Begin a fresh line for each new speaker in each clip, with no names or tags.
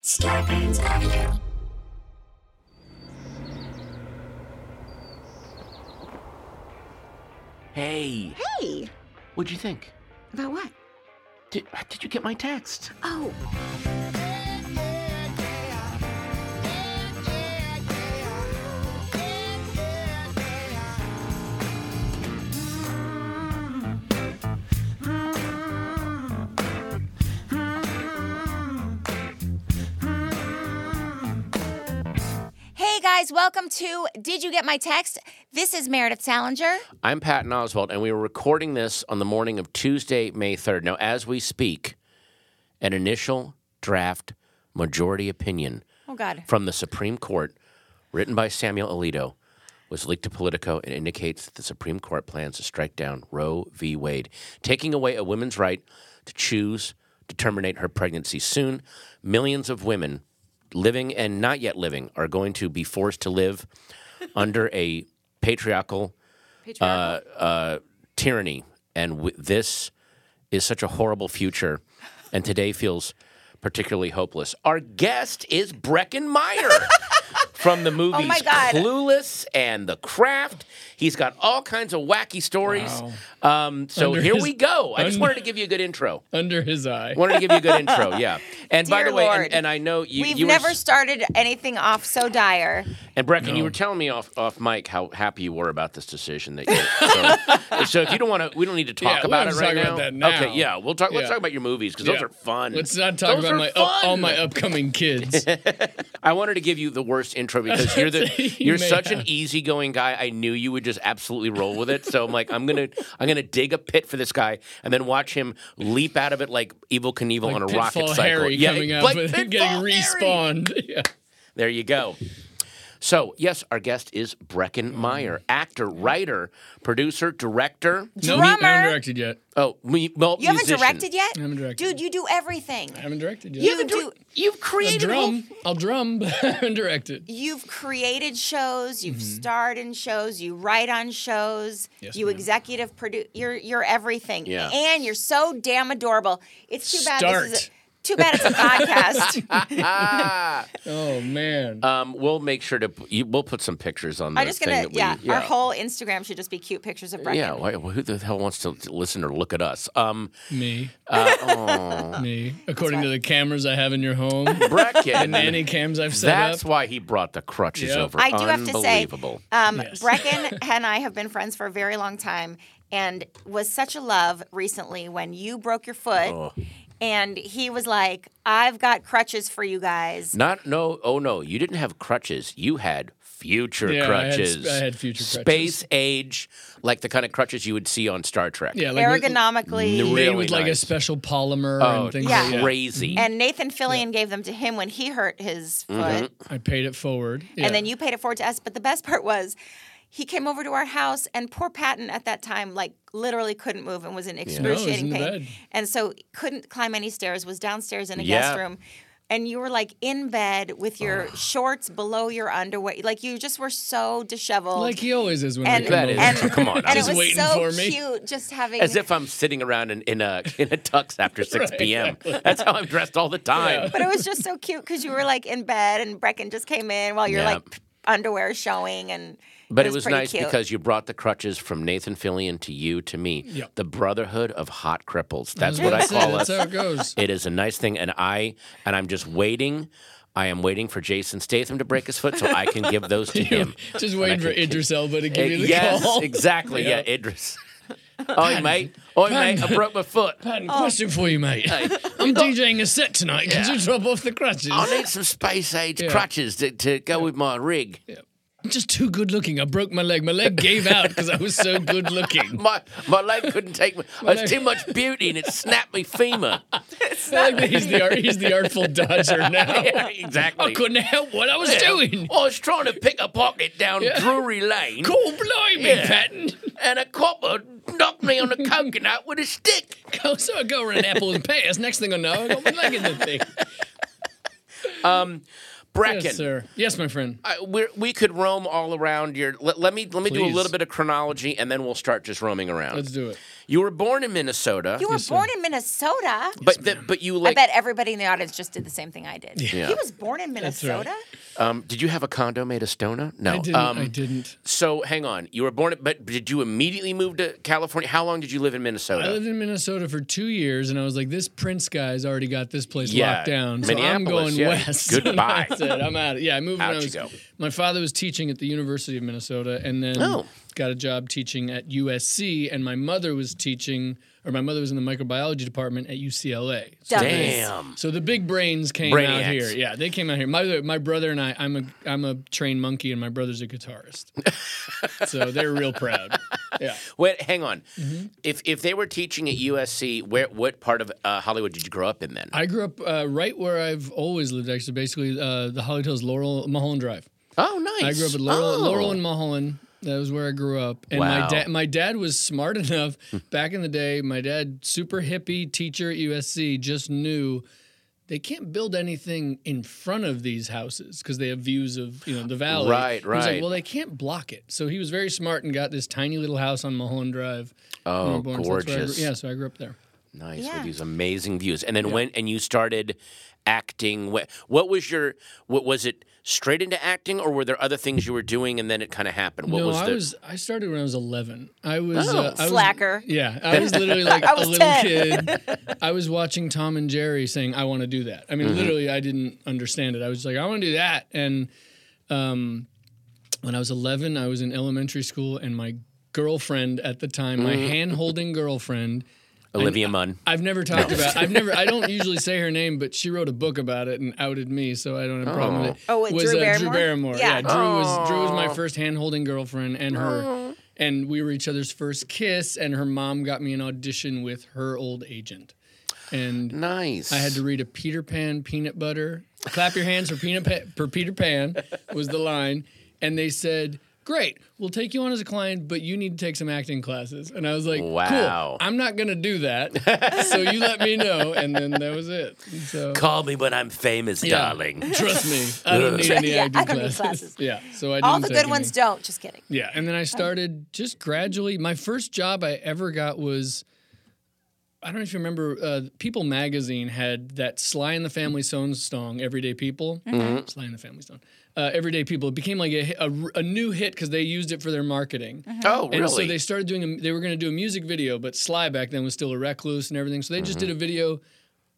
Scorpions Avenue.
Hey,
Hey,
what'd you think?
about what?
Did, did you get my text?
Oh, hey guys, welcome to Did You Get My Text? This is Meredith Salinger.
I'm Patton Oswald, and we were recording this on the morning of Tuesday, May 3rd. Now, as we speak, an initial draft majority opinion
Oh God,
from the Supreme Court, written by Samuel Alito, was leaked to Politico and indicates that the Supreme Court plans to strike down Roe v. Wade, taking away a woman's right to choose to terminate her pregnancy soon. Millions of women, living and not yet living, are going to be forced to live under a patriarchal, Uh, uh, tyranny. And w- this is such a horrible future, and today feels particularly hopeless. Our guest is Brecken Meyer from the movies
Oh my God.
Clueless and The Craft. He's got all kinds of wacky stories. Um, so
Under
here
his-
we go. I just
un-
wanted to give you a good intro.
under his eye.
Wanted to give you a good intro, yeah. And by
Dear
the way,
Lord.
and, and I know you,
we've
you were,
never
s-
started anything off so dire.
and Brecken, you were telling me off off mic how happy you were about this decision that you. so, so if you don't want to, we don't need to talk
Yeah, we
about
don't
it right
talk about that now.
Okay, yeah, we'll talk. Let's
Yeah.
talk about your movies because those
Yeah.
are fun.
Let's not talk
Those
about
are
my up, all
fun.
my oh. upcoming kids.
I wanted to give you the worst intro because you're the
You
you're
may
such an
have.
easygoing guy. I knew you would just absolutely roll with it. So I'm like, I'm gonna I'm gonna dig a pit for this guy and then watch him leap out of it like Evil Knievel on a
Pitfall
rocket cycle.
Harry
Yeah,
coming up
like
and
Pitfall
getting
Harry.
respawned. Yeah.
There you go. So yes, our guest is Brecken
Mm.
Meyer, actor, writer, producer, director.
No, I haven't
Drummer.
directed yet.
Oh, me, well,
You haven't
musician.
directed yet? I
haven't directed
Dude, you do everything.
I haven't directed yet.
You
You
haven't
do-
dir- You've
I'll
created. a whole-
drum. I'll drum, but I haven't directed.
You've created shows, you've starred in shows, you write on shows,
Mm-hmm. Yes,
you
ma'am.
executive produce, you're you're everything.
Yeah.
And you're so damn adorable. It's too bad this is a,
Start.
too bad it's a podcast.
Oh man.
Um, we'll make sure to you, we'll put some pictures on. The
I'm just
thing
gonna
that we-
yeah, our whole Instagram should just be cute pictures of Brecken.
Yeah, why, who the hell wants to listen or look at us? Um,
me.
uh, oh,
Me. According to the cameras I have in your home.
Brecken,
and nanny cams I've set
that's
up.
why he brought the crutches
Yep.
over.
I do have to say,
Unbelievable.
um,
Yes.
Brecken and I have been friends for a very long time, and was such a love recently when you broke your foot, and he was like, "I've got crutches for you guys."
Not no. Oh no, you didn't have crutches. You had future
Yeah, I had sp-
crutches.
I had future crutches.
Space age, like the kind of crutches you would see on Star Trek.
Yeah, like with-
Ergonomically,
made
Really
with like
nice. Oh,
a special polymer and things
Yeah.
like that.
crazy.
and Nathan Fillion gave them to him when he hurt his foot,
I paid it forward. Yeah.
and then you paid it forward to us. But the best part was. He came over to our house, and poor Patton at that time, like literally couldn't move and was in
No, he's
excruciating
in the
pain,
bed.
and so couldn't climb any stairs. Was downstairs in a
Yeah.
guest room, and you were like in bed with your shorts below your underwear, like you just were so disheveled.
like he always is when
and,
we come
That
over.
is-
and-
come on,
and
I'm
it
just
was
waiting
so
for me.
cute, just having
As if I'm sitting around in, in a in a tux after 6 p.m. That's how I'm dressed all the time.
But it was just so cute because you were like in bed and Brecken just came in while your
Yeah.
like p- underwear is showing and.
But it
was
was,
pretty
nice
cute.
because you brought the crutches from Nathan Fillion to you to me.
Yep.
The brotherhood of hot cripples. That's what I
That's Mm-hmm. it.
call
That's
us.
how it goes.
It is a nice thing, and I and I'm just waiting. I am waiting for Jason Statham to break his foot so I can give those to him.
Just waiting for Idris Elba to
um, Eh,
give you the
yes,
call.
exactly. Yeah, Idris. Oi, mate. Oi, mate. I broke my foot.
Patton, question for you, mate. I'm DJing a set tonight. Could you drop off the crutches?
I need some space age crutches to, to go with my rig.
I'm just too good looking. I broke my leg. My leg gave out because I was so good looking.
My my leg couldn't take me. I was
leg-
too much beauty, and it snapped me femur.
I like that he's the art, he's the artful dodger now.
Yeah, exactly.
I couldn't help what I was
Yeah. Oh.
doing.
I was trying to pick a pocket down Drury Lane,
Cool, blimey,
Yeah.
Patton.
and a copper knocked me on the coconut with a stick.
Go- Oh, So I go around apples and pears. Next thing I know, I got my leg in the thing.
Bracken,
Yes, sir. Yes, my friend.
I, we're, we could roam all around your. Let, let me let me do a
Please.
little bit of chronology, and then we'll start just roaming around.
Let's do it.
You were born in Minnesota,
You were born in Minnesota.
but the, but you
I
like.
bet everybody in the audience just did the same thing I did. He was born in
right.
Minnesota.
Um, did you have a condo made of stona? No.
I didn't.
um,
I didn't.
So hang on, you were born, but did you immediately move to California? How long did you live in
I
Minnesota?
lived in Minnesota for two years, and I was like, "This Prince guy's already got this place
Yeah,
locked down, so I'm
Minneapolis,
going
yeah.
west."
Goodbye.
And I said, "I'm out." Yeah, I moved.
Out
When I
you
was,
go.
My father was teaching at the University of Minnesota, and then
Oh.
got a job teaching at USC, and my mother was teaching, or my mother was in the microbiology department at UCLA. So
Dummies.
Damn.
so the big brains came out
Brainiacs.
here. Yeah, they came out here. My my brother and I. I'm a I'm a trained monkey, and my brother's a guitarist. so they're real proud. Yeah,
Wait, hang on.
Mm-hmm.
If if they were teaching at USC, where what part of uh, Hollywood did you grow up in then?
I grew up uh, right where I've always lived. Actually, basically uh, the Holly Hills Laurel Mulholland Drive.
oh, nice.
I grew up at Laurel,
Oh.
Laurel and Mulholland. That was where I grew up. And
Wow. Hmm.
my dad my dad was smart enough back in the day, my dad, super hippie teacher at USC, just knew they can't build anything in front of these houses because they have views of, you know, the valley.
Right,
He was
right.
like, well, they can't block it. So he was very smart and got this tiny little house on Mulholland Drive.
Oh,
Melbourne. So that's where I grew-
gorgeous.
yeah, so I grew up there.
Nice
Yeah.
with these amazing views. And then when and you started acting. What what was your what was it straight into acting or were there other things you were doing and then it kind of happened? What
no,
was
I
the
was I started when I was eleven. I was uh, I was-
Slacker.
yeah, I was literally like
I was
a little
10.
kid. I was watching Tom and Jerry saying, "I want to do that." I mean, literally, I didn't understand it. I was like, "I want to do that." And um, when I was eleven, I was in elementary school, and my girlfriend at the time, my hand holding girlfriend.
Olivia Munn.
I've never talked about. I've never. I don't usually say her name, but she wrote a book about it and outed me, so I don't have a problem with it.
Oh, with
was uh,
Drew Barrymore?
Drew Barrymore?
Yeah.
Yeah, Drew was Drew was my first hand holding girlfriend, and her, and we were each other's first kiss, and her mom got me an audition with her old agent, and
Nice.
I had to read a Peter Pan peanut butter. Clap your hands for peanut pa- for Peter Pan was the line, and they said, "Great, we'll take you on as a client, but you need to take some acting classes." And I was like,
Wow.
"Cool, I'm not gonna do that." so you let me know, and then that was it. And so
Call me when I'm famous,
Yeah.
darling.
trust me, I don't need any
Yeah,
acting
I don't need classes.
classes. yeah, so I didn't
All the
take
good
any.
ones don't. Just kidding.
Yeah, and then I started just gradually. My first job I ever got was I don't know if you remember uh, People magazine had that Sly and the Family Stone song "Everyday People." Sly and the Family Stone. Uh, Everyday People. It became like a, hi- a r- a new hit because they used it for their marketing.
Oh,
And so
really?
they started doing. A, they were going to do a music video, but Sly back then was still a recluse and everything. So they just
Mm-hmm.
did a video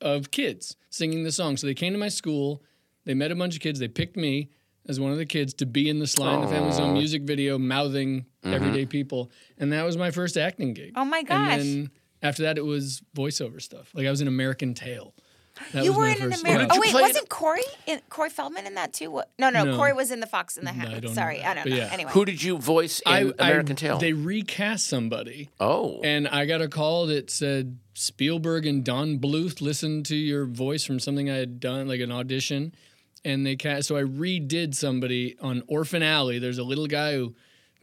of kids singing the song. So they came to my school. They met a bunch of kids. They picked me as one of the kids to be in the Sly and the Family Stone music video, mouthing
Mm-hmm.
"Everyday People," and that was my first acting gig.
Oh my gosh.
And then after that, it was voiceover stuff. Like I was in American Tail. That
you
was
were
my
in an
first
American.
job.
Oh wait,
play it-
wasn't Corey in, Corey Feldman in that too? What? No, no,
No. Mm,
Corey was in the Fox in the Hat.
I don't know
Sorry,
that,
I don't
but
know.
yeah.
Anyway,
Who did you voice in
I- I-
American Tail?
They recast somebody.
oh.
And I got a call that said Spielberg and Don Bluth listened to your voice from something I had done, like an audition. And they cast, so I redid somebody on Orphan Alley. There's a little guy who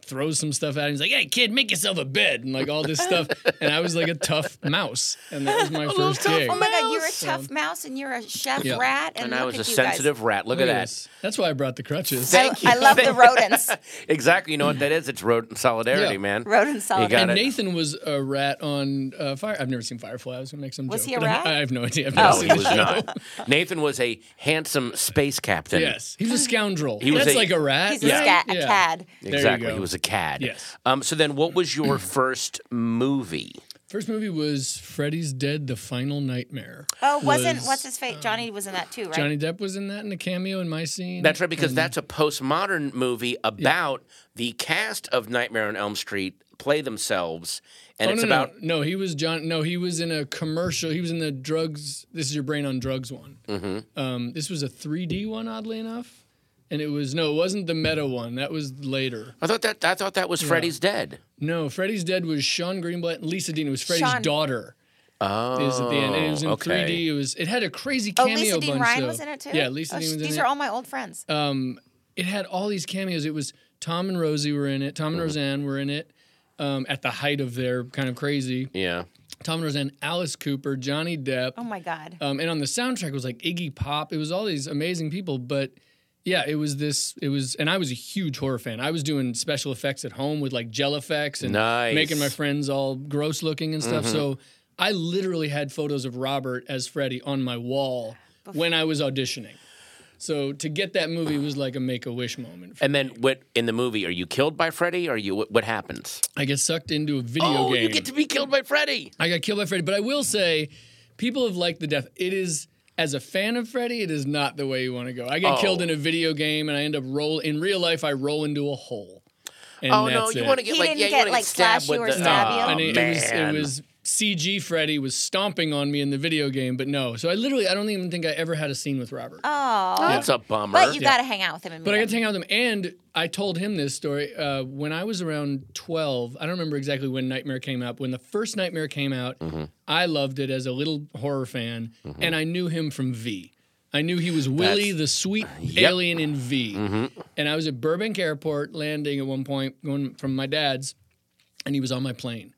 throws some stuff at him. He's like, hey, kid, make yourself a bed, and like all this stuff. And I was like a tough mouse. And that was my first gig.
oh my God, you're a tough mouse and you're a chef
Yeah.
rat, and,
and I
look
was a
at you
sensitive rat. Look at that.
Yes. That's why I brought the crutches.
Guys.
Thank
I,
you.
I love the rodents.
Exactly. You know what that is? It's rodent solidarity,
Yeah.
man.
Rodent
You got
and
it.
Nathan was a rat on uh, Fire. I've never seen Firefly. I was gonna make some
Was
joke.
he a
but
rat?
I, I have no idea. I've never
No,
seen
Oh, he
the
was
show.
not. Nathan was a handsome space captain.
Yes, he was a scoundrel.
He was
That's
a-
like a rat.
He's a,
right?
scat, a
Yeah.
cad.
There you
Exactly.
go.
He was a cad.
Yes.
Um, so then, what was your first movie?
First movie was Freddy's Dead: The Final Nightmare.
Oh, wasn't
Was,
what's his face? Johnny was in that too, right?
Johnny Depp was in that in a cameo in my scene.
That's right, because that's a postmodern movie about the cast of Nightmare on Elm Street play themselves, and
Oh,
it's
no,
about
no, no. He was John. No, he was in a commercial. He was in the
Mm-hmm.
drugs. This is your brain on drugs one. Um, this was a 3D one, oddly enough. and it was no, it wasn't the meta one. That was later.
I thought that I thought that was Freddy's Dead.
No, Freddy's Dead was Sean Greenblatt and Lisa Dean. It was Freddy's
Sean.
daughter.
Oh,
Is at the end. And it was in
okay.
3D. It was. It had a crazy
Oh,
cameo
Lisa Dean
bunch.
Ryan
though.
was in it too.
Yeah, Lisa
Oh,
Dean
sh-
was
These
in
are
it. Uh,
all my old friends.
it had all these cameos. It was Tom and Rosie were in it. Tom and Roseanne were in it. Um, at the height of their kind of crazy,
Yeah.
Tom and Roseanne, Alice Cooper, Johnny Depp,
oh my God.
um, and on the soundtrack was like Iggy Pop. It was all these amazing people, but yeah, it was this. It was, and I was a huge horror fan. I was doing special effects at home with like gel effects and
Nice.
making my friends all gross looking and stuff. So I literally had photos of Robert as Freddy on my wall when I was auditioning. So to get that movie was like a make a wish moment. for
And then what in the movie? Are you killed by Freddy? Or are you what, what happens?
I get sucked into a video
oh,
game.
you get to be killed by Freddy.
I got killed by Freddy, but I will say, people have liked the death. It is as a fan of Freddy, it is not the way you want to go. I get
Oh.
killed in a video game, and I end up roll in real life. I roll into a hole. And
oh no,
that's
you
it. Ah,
want to get
He
like
didn't
yeah,
get,
you want to
like,
get stabbed
slash you
with
or
the
stab you?
oh,
And it, it was
man.
it was CG Freddy was stomping on me in the video game, but no. So I literally I don't even think I ever had a scene with Robert.
That's a bummer.
Oh. But you got to hang out with him and meet
But I
him.
got to hang out with him. And I told him this story uh, when I was around 12. I don't remember exactly when Nightmare came out. When the first Nightmare came out, I loved it as a little horror fan. And I knew him from V. I knew he was Willie, the sweet alien in V. And I was at Burbank Airport landing at one point, going from my dad's, and he was on my plane.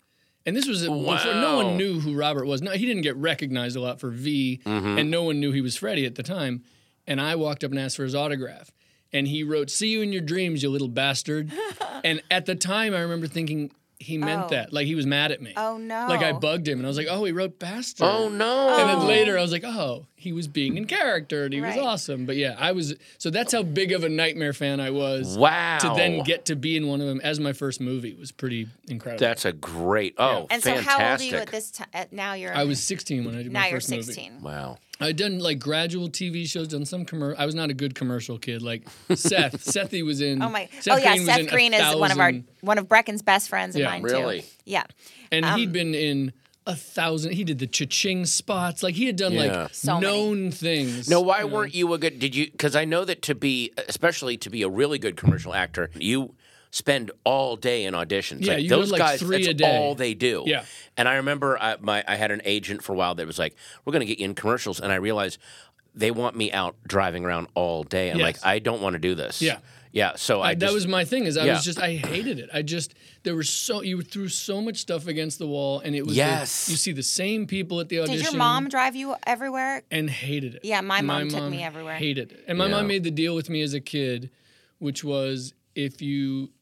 And this was before no one
Wow.
knew who Robert was. No, he didn't get recognized a lot for V, and no one knew he was Freddie at the time. And I walked up and asked for his autograph, and he wrote, "See you in your dreams, you little bastard." and at the time, I remember thinking he meant that, like he was mad at me.
Oh, no.
Like I bugged him, and I was like, "Oh, he wrote bastard."
oh no.
And then later, I was like, "Oh, he was being in character, and he
Right.
was awesome." But yeah, I was. So that's how big of a nightmare fan I was.
wow.
To then get to be in one of them as my first movie was pretty incredible.
That's a great. Oh,
And so,
fantastic.
how old are you at this time? Now you're.
I was 16 when I did
Now
my
you're
first movie.
16.
Wow.
I'd done like gradual TV shows, done some commercial. I was not a good commercial kid. Like Seth, Sethy was in.
Oh my!
Seth
oh yeah,
Green was in
Seth
a
Green is one of our
thousand-
one of Brecken's best friends and
Yeah.
mine
Really?
too. Yeah.
and
um,
he'd been in a thousand. He did the cha-ching spots. Like he had done
Yeah.
like
So many.
known things.
No, why weren't you a good? Did you? Because I know that to be, especially to be a really good commercial actor, you spend all day in auditions.
Yeah,
like,
you go to,
those
like,
guys,
three
that's
a day.
all they do.
Yeah.
And I remember I, my I had an agent for a while that was like, "We're going to get you in commercials," and I realized they want me out driving around all day. I'm
Yes.
like, I don't want to do this.
Yeah.
Yeah. So I,
I-
just,
that was my thing. Is I
Yeah.
was just I hated it. I just there were so you threw so much stuff against the wall, and it was the-
Yes.
you see the same people at the audition.
Did your mom drive you everywhere?
and hated it.
Yeah, my mom took me everywhere.
Hated it. And my mom made the deal with me as a kid, which was if you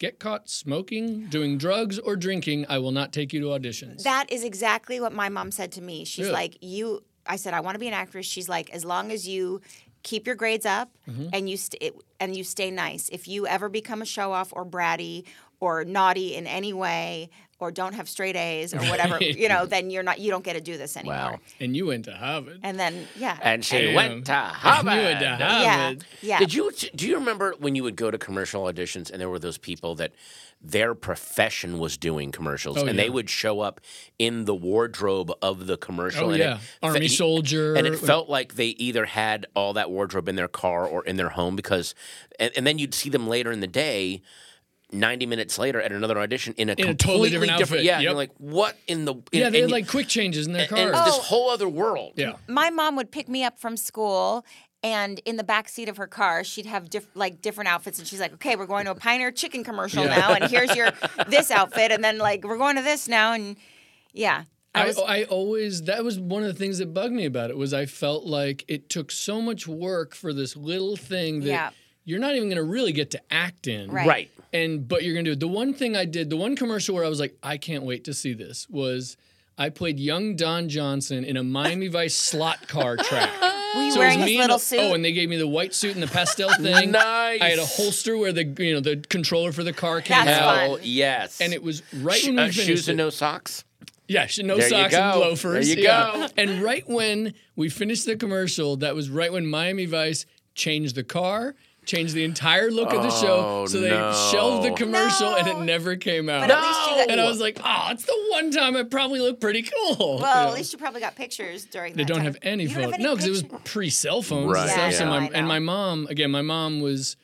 get caught smoking, doing drugs, or drinking, I will not take you to auditions.
That is exactly what my mom said to me. She's
Really?
like, "You." I said, "I want to be an actress." She's like, "As long as you keep your grades up
Mm-hmm.
and you st- it- and you stay nice. If you ever become a show off or bratty or naughty in any way." Or don't have straight A's or whatever, you know, then you're not, you don't get to do this anymore.
Wow.
and you went to Harvard.
And then, yeah.
and she
Damn.
went to
you
Harvard.
went to
yeah.
Harvard.
Yeah.
Did you do you remember when you would go to commercial auditions and there were those people that their profession was doing commercials and
Oh, yeah.
they would show up in the wardrobe of the commercial
Oh,
and
yeah. Army soldier.
and it felt like they either had all that wardrobe in their car or in their home because and, and then you'd see them later in the day 90 minutes later at another audition in a
In a
completely
totally different outfit,
yeah and
yep.
you're like what in the
yeah,
and-
they
and
had
you-
like quick changes in their
and
cars.
Oh.
this whole other world
yeah.
my mom would pick me up from school and in the back seat of her car she'd have diff- like different outfits and she's like okay we're going to a pioneer chicken commercial
Yeah.
now and here's your this outfit and then like we're going to this now and yeah
I, I always that was one of the things that bugged me about it was I felt like it took so much work for this little thing that
Yeah.
you're not even going to really get to act in.
Right.
right
and but you're gonna do it. The one thing I did, the one commercial where I was like, I can't wait to see this was I played young Don Johnson in a Miami Vice slot car track.
were you
So it was
wearing
me
his
and-
little suit
Oh, and they gave me the white suit and the pastel thing.
Nice.
I had a holster where the you know the controller for the car came
That's
out.
fun.
hell yes
And it was right
Sh-
when we
uh,
finished
shoes
it.
and no socks
Yeah, sh- no
There you
socks and
go.
loafers.
There you
yeah.
go.
And right when we finished the commercial, that was right when Miami Vice changed the car, changed the entire look of the show.
Oh,
So they
no.
shelved the commercial and it never came out.
But at least you got-
And I was like, oh, it's the one time I probably look pretty cool.
Well,
You know?
at least you probably got pictures during.
They
that
don't
time.
have any
You don't have
photos.
any
No, because it was
pictures.
pre cell phones
Right,
and stuff.
Yeah,
so
no,
my,
I know.
and my mom, again, my mom was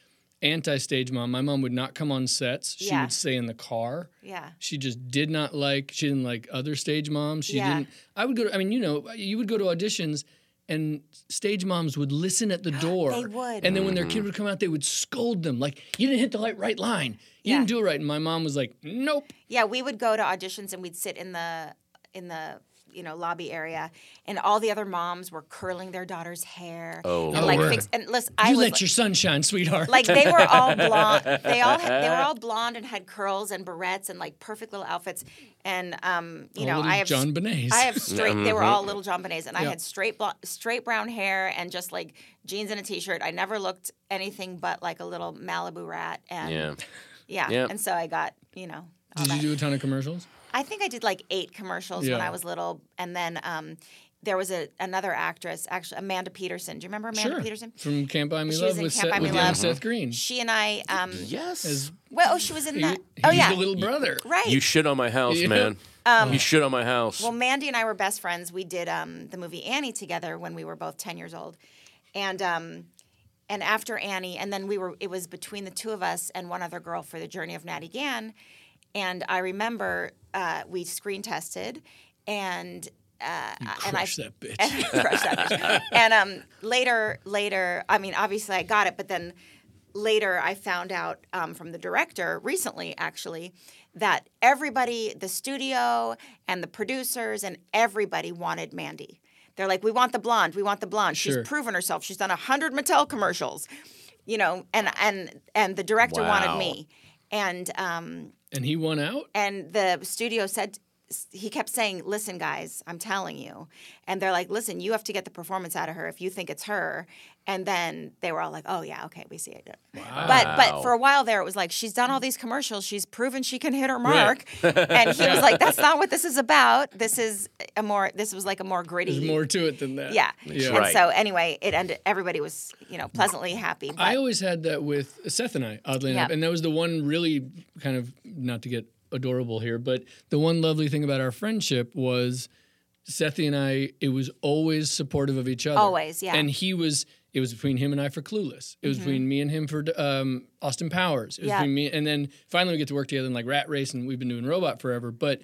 anti stage mom. My mom would not come on sets. She
Yeah.
would stay in the car.
Yeah.
She just did not like. She didn't like other stage moms. She
Yeah.
didn't. I would go. To, I mean, you know, you would go to auditions, and stage moms would listen at the door.
They would.
And then when their kid would come out, they would scold them like, "You didn't hit the right right line. You
Yeah.
didn't do it right." And my mom was like, "Nope."
Yeah, we would go to auditions and we'd sit in the in the you know lobby area, and all the other moms were curling their daughter's hair.
Oh,
and like
Lord.
fix and listen, I
you
was
let your son shine, sweetheart.
like they were all blonde. They all had, they were all blonde and had curls and barrettes and like perfect little outfits. And um, you
Oh,
know,
little
I have
John Bonet.
I have straight. They were
Mm-hmm.
all little John Bonets, and I
Yeah.
had straight blo- straight brown hair and just like jeans and a t-shirt. I never looked anything but like a little Malibu rat. And
Yeah.
yeah.
Yeah.
And so I got you know. all
Did
that.
you do a ton of commercials?
I think I did like eight commercials when
Yeah.
I was little, and then um, there was a, another actress, actually Amanda Peterson. Do you remember Amanda
sure.
Peterson?
From Can't Buy Me
She was
Love
in
with,
Can't
Seth,
Buy Me
with young
Love.
Seth Green.
She and I. Um,
Yes.
well, oh, she was in the.
He-
Oh
he's
yeah,
the little brother.
right.
You shit on my house,
Yeah. Um,
man. you shit on my house.
Well, Mandy and I were best friends. We did um, the movie Annie together when we were both ten years old, and um, and after Annie, and then we were. It was between the two of us and one other girl for the Journey of Natty Gann, and I remember uh, we screen tested, and uh, and I
Crush that bitch.
and crushed that bitch. And um, later, later, I mean, obviously I got it, but then later I found out um, from the director recently, actually, that everybody, the studio and the producers and everybody wanted Mandy. They're like, we want the blonde, we want the blonde.
Sure.
She's proven herself. She's done a hundred Mattel commercials, you know, and and and the director wanted
Wow.
me, and um,
and he won out?
and the studio said he kept saying listen guys i'm telling you and they're like listen you have to get the performance out of her if you think it's her and then they were all like oh yeah okay we see it but but for a while there it was like she's done all these commercials she's proven she can hit her mark and he was like that's not what this is about this is a more this was like a more gritty
There's more to it than that.
yeah,
Yeah.
and
Right.
so anyway it ended everybody was you know pleasantly happy but
I always had that with Seth and I, oddly enough.
Yeah.
And that was the one really kind of, not to get adorable here, but the one lovely thing about our friendship was Sethy and I, it was always supportive of each other.
Always, yeah. Mm-hmm.
And he was, it was between him and I for Clueless. It was between me and him for um, Austin Powers. It was
Yeah.
between me, and then finally we get to work together in like Rat Race and we've been doing Robot forever. But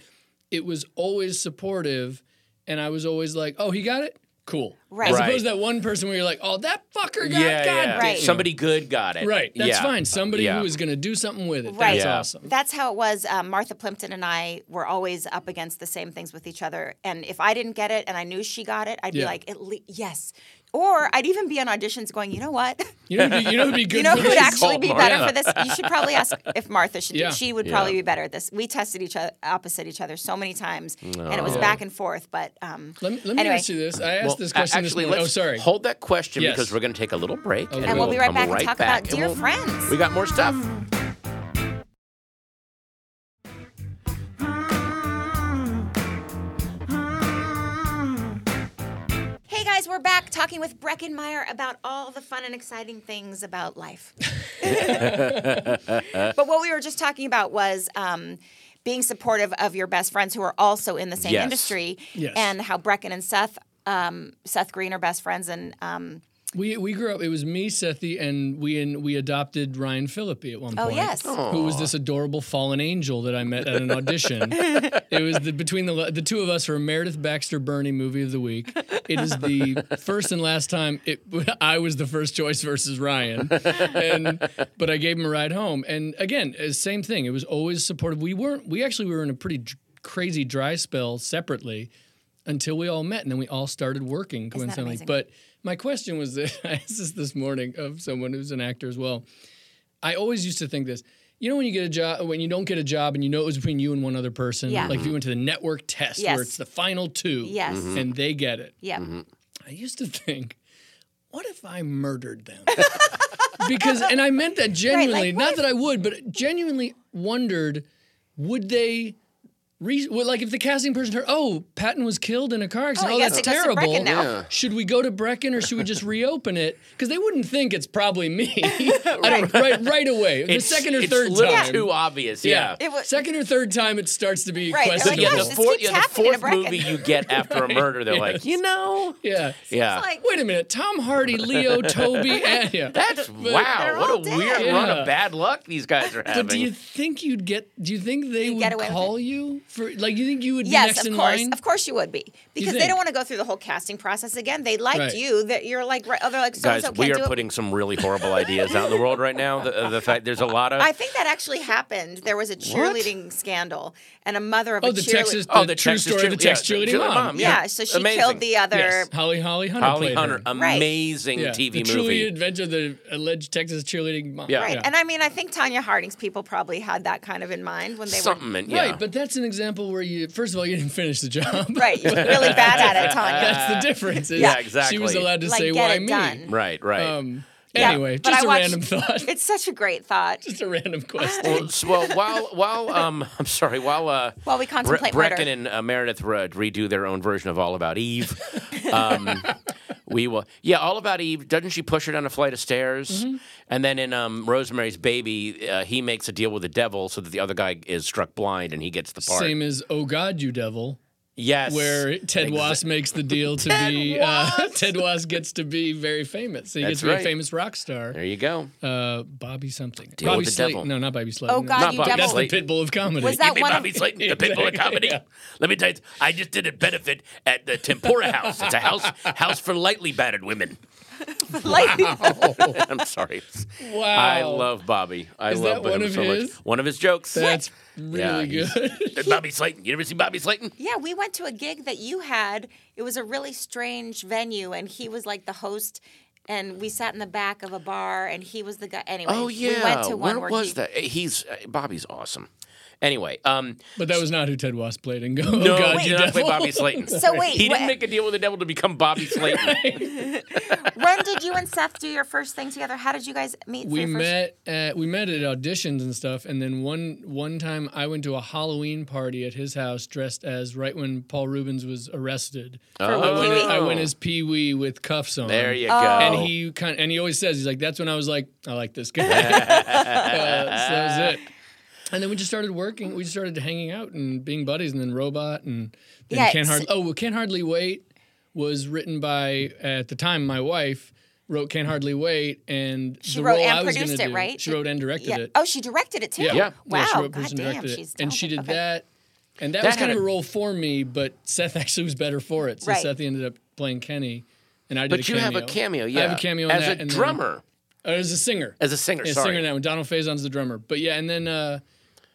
it was always supportive. And I was always like, oh, he got it? Cool.
Right.
As
Right.
opposed to that one person where you're like, oh, that fucker got
yeah,
God
yeah.
Right.
Somebody good got it.
Right. That's
Yeah.
fine. Somebody
Yeah.
who is going to do something with it.
Right.
That's
Yeah.
awesome.
That's how it was. Um, Martha Plimpton and I were always up against the same things with each other. And if I didn't get it and I knew she got it, I'd be
Yeah.
like, at le- yes. Or I'd even be on auditions going, you know what?
You know, who'd be, you know, who'd be good
You know
for
who would
this?
actually be
Call
better
Martha.
for this? You should probably ask if Martha should
Yeah.
do. She would probably be better at this. We tested each other opposite each other so many times and it was back and forth. But um
Let me, let me
anyway.
ask you this. I asked
Well,
this
a-
question
actually,
this morning. Oh,
let's
sorry.
Hold that question
Yes.
because we're going to take a little break,
Okay.
And we'll be right
come
back and talk
back,
about Dear
we'll-
Friends.
We got more stuff.
Hey guys, we're back talking with Breckenmeyer about all the fun and exciting things about life. but what we were just talking about was um, being supportive of your best friends who are also in the same
Yes.
industry,
Yes.
and how Brecken and Seth, um, Seth Green, are best friends. And um,
We, we grew up, it was me, Sethy, and we and we adopted Ryan Philippi at one
oh
point.
yes,
Who was this adorable fallen angel that I met at an audition? it was the, between the the two of us for a Meredith Baxter Burney movie of the week. It is the first and last time it I was the first choice versus Ryan, and but I gave him a ride home. And again, uh, same thing. It was always supportive. We weren't. We actually were in a pretty d- crazy dry spell separately until we all met, and then we all started working coincidentally.
amazing?
But my question was this: I asked this this morning of someone who's an actor as well. I always used to think this. You know when you get a job when you don't get a job and you know it was between you and one other person.
Yeah. Mm-hmm.
Like if you went to the network test
Yes.
where it's the final two.
Yes. Mhm.
And they get it.
yeah,
Mm-hmm.
I used to think, what if I murdered them? because and I meant that genuinely,
what
not
if-
that I would, but genuinely wondered, would they Re- well, like if the casting person heard, oh, Patton was killed in a car accident.
I
Oh,
guess
that's
it goes to Brecken now.
terrible.
Yeah.
Should we go to Brecken or should we just reopen it? Because they wouldn't think it's probably me. I don't, right, right away. The
It's-
second or
it's
third
little
time.
too obvious. Yeah.
It wa-
second or third time, it starts to be
Right, Oh, they're
questionable.
like,
yeah,
gosh,
the
this
fourth,
keeps
yeah, the
happening to
fourth
Bracken.
movie you get after a murder, they're like, you know,
yeah.
yeah,
like-
Wait a minute. Tom Hardy, Leo, Toby, and yeah.
that's
They're
wow, what
all
a
dead.
weird run
Yeah.
of bad luck these guys are having.
But do you think you'd get? Do you think they
You'd
would
get away with
call you for? Like, you think you would be
Yes,
next
of
in
course.
line?
Of course you would be. Because they
think?
don't want to go through the whole casting process again. They liked
Right.
you that you're like right, oh, they're like so
Guys,
so can't
we
do
are
it.
putting some really horrible ideas out in the world right now. The, uh, the fact there's a lot of
I think that actually happened. There was a cheerleading scandal and a mother of
Oh,
a
the
cheerleader.
Texas-
oh, the
true
Texas
story of the
cheerle- yeah,
Texas cheerleading
cheerleader
mom.
yeah, so she
Amazing.
killed the other
Yes. Holly Holly Hunter.
Holly
played
Hunter,
her.
Right.
amazing
Yeah,
TV
the
movie.
Truly Adventure of the Alleged Texas Cheerleading Mom.
Yeah.
Right.
Yeah.
And I mean, I think Tanya Harding's people probably had that kind of in mind when they
Something, and- yeah.
Right, but that's an example where you first of all you didn't finish the job.
were. Right. You're really bad at it, Tanya.
that's the difference. is
Yeah,
She was
exactly.
allowed to
like,
say
get
why
it
me.
done.
right, right.
Um,
Yeah,
Anyway,
but I
just a
watched-
random thought.
It's such a great thought.
just a random question.
well, s- well, while while um, I'm sorry, while uh,
While we contemplate murder.
Brecken and uh, Meredith uh, redo their own version of All About Eve. Um, we will, yeah, All About Eve. Doesn't she push her down a flight of stairs?
Mm-hmm.
And then in um, Rosemary's Baby, uh, he makes a deal with the devil so that the other guy is struck blind and he gets the part.
Same as Oh God, you devil.
Yes,
where Ted Wass makes the deal to be uh, Ted Wass gets to be very famous. He
That's
gets to be
right.
a famous rock star.
There you go.
Uh, Bobby something.
Deal
Bobby
with the
Slay-
devil.
No, not Bobby Slay.
Oh,
No.
God,
Not
you
Bobby
devil.
That's
Slay.
the pit bull of comedy.
Was that
Give me
one of-
Bobby Slayton, the Pitbull of comedy. Let me tell you, I just did a benefit at the Tempura House. It's a house house for lightly battered women.
Like,
I'm sorry.
wow.
I love Bobby. I
Is
love
that one
him
of
so
his?
much. One of his jokes.
That's
Yeah,
really
he's-
good.
Bobby Slayton. You ever see Bobby Slayton?
yeah, we went to a gig that you had. It was a really strange venue, and he was like the host. And we sat in the back of a bar, and he was the guy. Anyway,
Oh yeah.
we went to one
Where
where
was
he,
that? He's uh, Bobby's awesome. Anyway, um,
But that was not who Ted Wass played in Go. Oh,
no,
God,
he
you
did not play
devil.
Bobby Slayton.
So wait,
he didn't
wh-
make a deal with the devil to become Bobby Slayton.
When did you and Seth do your first thing together? How did you guys meet? for
we
your first-
met at we met at auditions and stuff and then one one time i went to a halloween party at his house dressed as right when paul rubens was arrested I, went, I
Oh.
went as pee-wee with cuffs on
There you go.
and he kind and he always says he's like that's when i was like i like this guy uh, so that was it and then we just started working. We just started hanging out and being buddies, and then Robot and then
Yeah,
Can't
it's-
Hardly. Oh, well, Can't Hardly Wait was written by at the time my wife wrote Can't Hardly Wait, and
She
the
wrote
role
and
I was
produced
gonna
it,
do-
right?
She wrote and directed
Yeah.
it.
Oh, she directed it too.
yeah,
Wow.
she
God
wrote, produced, and
damn,
directed
she's
it, and she did
talented. Okay.
that. And that,
That
was kind
had
of
a-
a role for me, but Seth actually was better for it. So
Right.
Seth ended up playing Kenny, and I did.
but you have a cameo. Yeah,
I have a cameo in
as
that,
a
and then-
drummer.
uh, as a singer.
As a singer,
yeah,
sorry.
singer now. And Donald Faison's the drummer. But yeah, and then uh,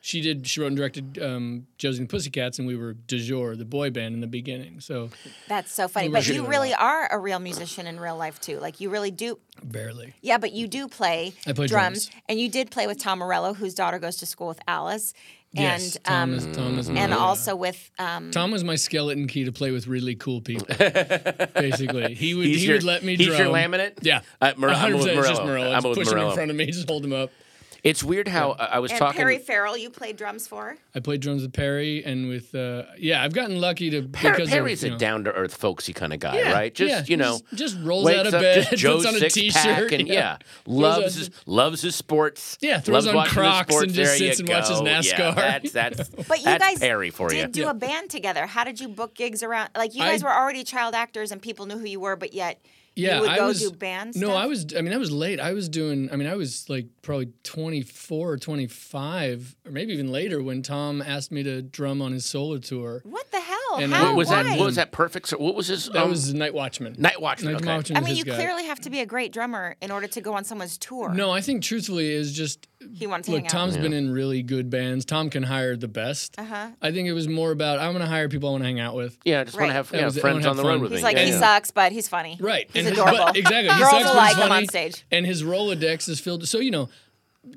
she did. She wrote and directed um, Josie and the Pussycats, and we were du jour, the boy band in the beginning. So
That's so funny.
We
But
should
you
do
really are a real musician in real life too. Like you really do.
barely.
Yeah, but you do play
I play
drums,
drums.
and you did play with Tom Morello, whose daughter goes to school with Alice,
yes,
and um,
Thomas. Thomas.
Mm.
and also with um,
Tom was my skeleton key to play with really cool people. Basically, he would
He's
he
your-
would let me
he's
drum.
your laminate?
Yeah,
Uh, Mor- I'm
100%
with
it's just
Morello.
Morello.
I'm
Just
with
push him
Morello.
in front of me, just hold him up.
It's weird how uh, I was
and
talking.
Perry Farrell. You played drums for.
I played drums with Perry and with uh, yeah. I've gotten lucky to
Per-
because
Perry's
of, you
a
know,
down to earth, folksy kind of guy,
Yeah,
right? Just
yeah,
you know,
just- just rolls
wakes
out of
up,
bed,
just Joe's
puts on a
six
t-shirt,
pack, and yeah,
yeah.
loves
Throws
his
on-
loves his sports.
Yeah,
loves
throws on
watching his
Crocs and
sports.
just
There you
sits and watches
go. Yeah,
NASCAR.
that's that's
But you
that's
guys
Perry for
did
you.
do a band together. How did you book gigs around? Like you
I-
guys were already child actors, and people knew who you were, but yet
Yeah,
you would
I
go
was,
do band.
No,
stuff?
I was. I mean, I was late. I was doing. I mean, I was like probably twenty four or twenty five, or maybe even later, when Tom asked me to drum on his solo tour.
What the hell?
And
How?
I-
What was
Why?
that? What was that perfect? So what was his?
That
um,
was Night Watchman.
Night Watchman, okay.
Watchman.
I
was
mean, you
his guy.
clearly have to be a great drummer in order to go on someone's tour.
No, I think truthfully is just
he wants to
look.
hang out.
Tom's been in really good bands. Tom can hire the best. Uh-huh. I think it was more about I'm going to hire people I want to hang out with.
yeah, I just want
Right.
to have
That
yeah,
was it. I
friends
wanna
on the
have
road
fun.
with
He's
me.
like he
yeah.
sucks, but he's funny.
Right.
He's
and
adorable.
But, exactly. he
Girls
sucks,
will
but
like
he's
him on
funny,
stage.
And his Rolodex is filled. So, you know,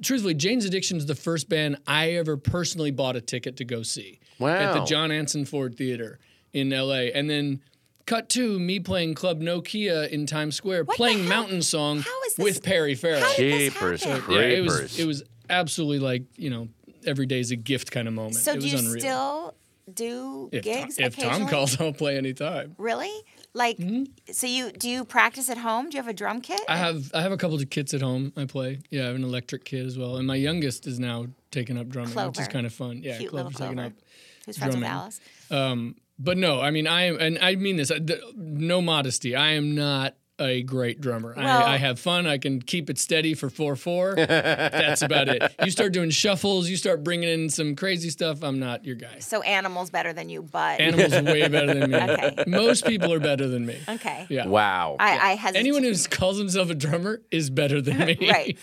truthfully, Jane's Addiction is the first band I ever personally bought a ticket to go see. At
Wow.
the John Anson Ford Theater in LA. And then cut to me playing Club Nokia in Times Square,
the
playing
hell?
Mountain Song
How is this-
with Perry Farrell.
How did this
Jeepers
happen?
Yeah, it was
Creepers.
it was absolutely like, you know, every day's a gift kind of moment.
So
it
do
was
you
unreal.
still do
If, Tom,
gigs
if Tom
occasionally?
calls, I'll play anytime.
Really? Like, so you do you practice at home? Do you have a drum kit?
I have I have a couple of kits at home. I play. Yeah, I have an electric kit as well, and my youngest is now taking up drumming, which is
Clover.
kind of fun. Yeah,
Cute little
Clover's taking
Clover,
up.
who's friends with
drumming.
Alice.
But no, I mean I am, and I mean this. I- th- No modesty. I am not a great drummer.
Well-
I, I have fun. I can keep it steady for four four. That's about it. You start doing shuffles. You start bringing in some crazy stuff. I'm not your guy.
So animals better than you, but
Animals are way better than me.
Okay.
Most people are better than me.
okay.
Yeah.
Wow.
I, I hesitate.
Anyone who calls himself a drummer is better than me.
right?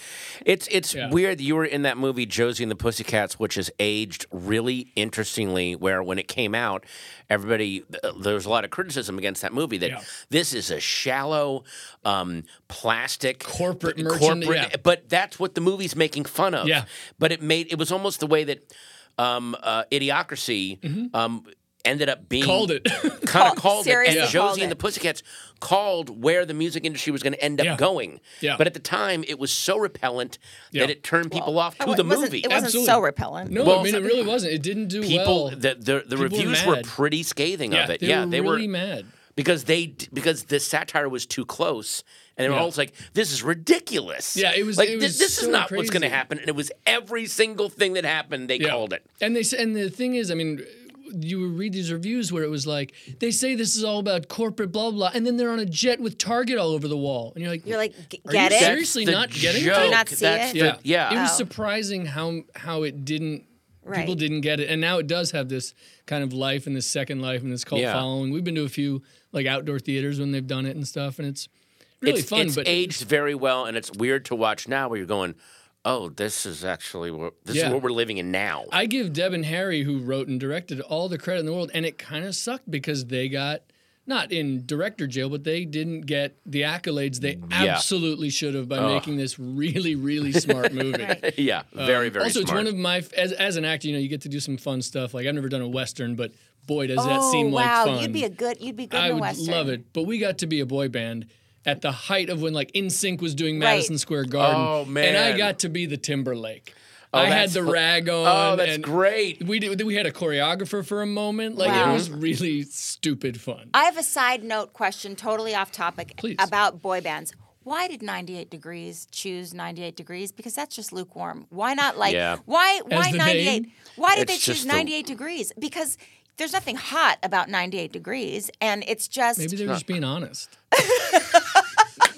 It's it's weird that you were in that movie Josie and the Pussycats, which has aged really interestingly. Where when it came out, everybody th- there was a lot of criticism against that movie that
Yeah.
this is a shallow, um, plastic
Corporate
b-
merchant-
corporate.
yeah.
But that's what the movie's making fun of.
Yeah.
But it made it was almost the way that um, uh, Idiocracy. Um, Ended up being
Mm-hmm. Called it.
kind
Call-
of called it, and
seriously called
Josie and the
it.
Pussycats called where the music industry was going to end up
Yeah.
going.
Yeah.
But at the time, it was so repellent
Yeah.
that it turned people off to
Oh,
the
it wasn't,
movie.
It wasn't
Absolutely.
so repellent.
No, I
Well,
mean it really wasn't. It didn't do
people,
well.
the, the, the
were
reviews were
mad.
pretty scathing of it.
They
yeah,
were
they
really
were
mad.
because they d- because the satire was too close, and they were
Yeah.
always like, "This is ridiculous."
Yeah, it was-
like
it
this,
was
this is
so
not what's going to
crazy.
happen, and it was every single thing that happened. They
Yeah.
called it.
And they s- and the thing is, I mean, you would read these reviews where it was like they say this is all about corporate blah blah, and then they're on a jet with Target all over the wall, and you're like,
You're like, g-
Are
get
you
it?
serious? Seriously
The
not getting it?
joke.
Do you
not see
That's
it?
the- yeah.
It was
Oh.
surprising how how it didn't. People
Right.
didn't get it, and now it does have this kind of life and this second life and this cult
Yeah.
following. We've been to a few like outdoor theaters when they've done it and stuff, and it's really
it's,
fun.
it's
but
aged very well, and it's weird to watch now, where you're going, "Oh, this is actually what this
Yeah.
is what we're living in now."
I give Deb and Harry, who wrote and directed, all the credit in the world, and it kind of sucked because they got not in director jail, but they didn't get the accolades they absolutely should have by making this really, really smart movie.
Right.
yeah, very very.
um, also, it's
smart.
one of my f- as, as an actor, you know, you get to do some fun stuff. Like I've never done a western, but boy, does that
oh
seem
wow,
like fun.
you'd be a good, you'd be good
I
in a
would
western.
love it. But we got to be a boy band at the height of when like InSync was doing Madison Square Garden.
Oh,
And I
man. Oh,
got to be the Timberlake. I had
that's
the
fu-
rag on.
Oh, that's
and
great.
We did, we had a choreographer for a moment. Like it
Wow.
was really stupid fun.
I have a side note question, totally off topic,
Please.
about boy bands. Why did 98 Degrees choose 98 Degrees? Because that's just lukewarm. Why not like
Yeah.
why
As
why
the
98?
name?
Why did
It's
they choose
just the-
98 Degrees? Because there's nothing hot about 98 Degrees, and it's just
Maybe they were just being honest.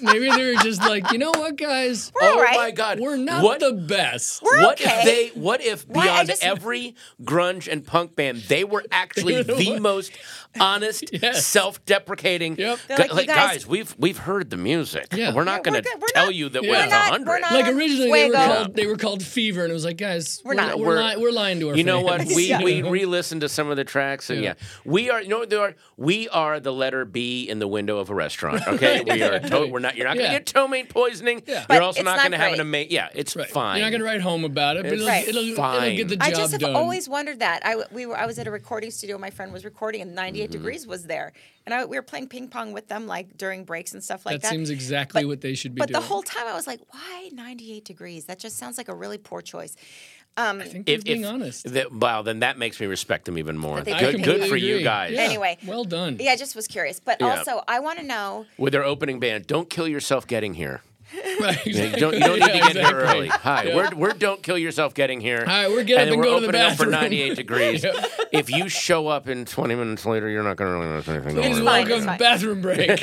Maybe they were just like, you know what, guys?
We're all
oh
right.
my God,
We're not
what,
the best.
We're
what if
okay.
they? What if
Why, I
beyond
just-
every grunge and punk band, they were actually
the
the,
one-
most honest,
Yes.
self-deprecating?
Yep.
Gu-
They're
like,
Like,
"You
guys,
guys-
we've we've heard the music.
Yeah.
We're not
Yeah, we're
going
good.
to
We're
tell
not-
you that
we're
we're, the
not- we're
hundred.
not-
Like originally they were
Fuego.
called they were called Fever, and it was like, guys, we're,
not.
We're,
Uh, We're-
li- we're lying to our
You know what?
fans.
We
Yeah.
we re-listened to some of the tracks, and yeah, we are. You know what they are? We are the letter B in the window of a restaurant. Okay, we are. To- we're not. You're not going to
Yeah.
get ptomaine poisoning.
But
You're also
it's
not,
not
going to have an
great.
amazing. Yeah, it's
Right.
fine.
You're not gonna write home about it, but it'll,
Right.
it'll, it'll
fine.
get the
I
job
just have
done.
always wondered that. I w- we were I was at a recording studio. My friend was recording, and
Mm-hmm.
98 Degrees was there, and I, we were playing ping pong with them like during breaks and stuff like
that,
that.
seems exactly
But-
what they should be
but
doing.
the whole time I was like, why 98 Degrees? That just sounds like a really poor choice.
I think
If,
if, being
if-
honest.
that- wow, then that makes me respect them even more.
That they I
Good, good
completely
for you
agree.
guys.
Yeah.
Anyway.
well done.
Yeah, I just was curious. But
Mm. Yeah.
also, I want to know.
With their opening band, "Don't Kill Yourself Getting Here."
Right,
You don't, you
exactly.
don't need to
Yeah,
get
exactly.
here early. Hi, we're, we're "Don't Kill Yourself Getting Here."
Hi, we're get up
then
and
we're
go to the
opening up for
bathroom.
98 degrees. If you show up in 20 minutes later, you're not going to really notice anything. Don't
Please
worry.
fine,
welcome
it's fine.
bathroom break.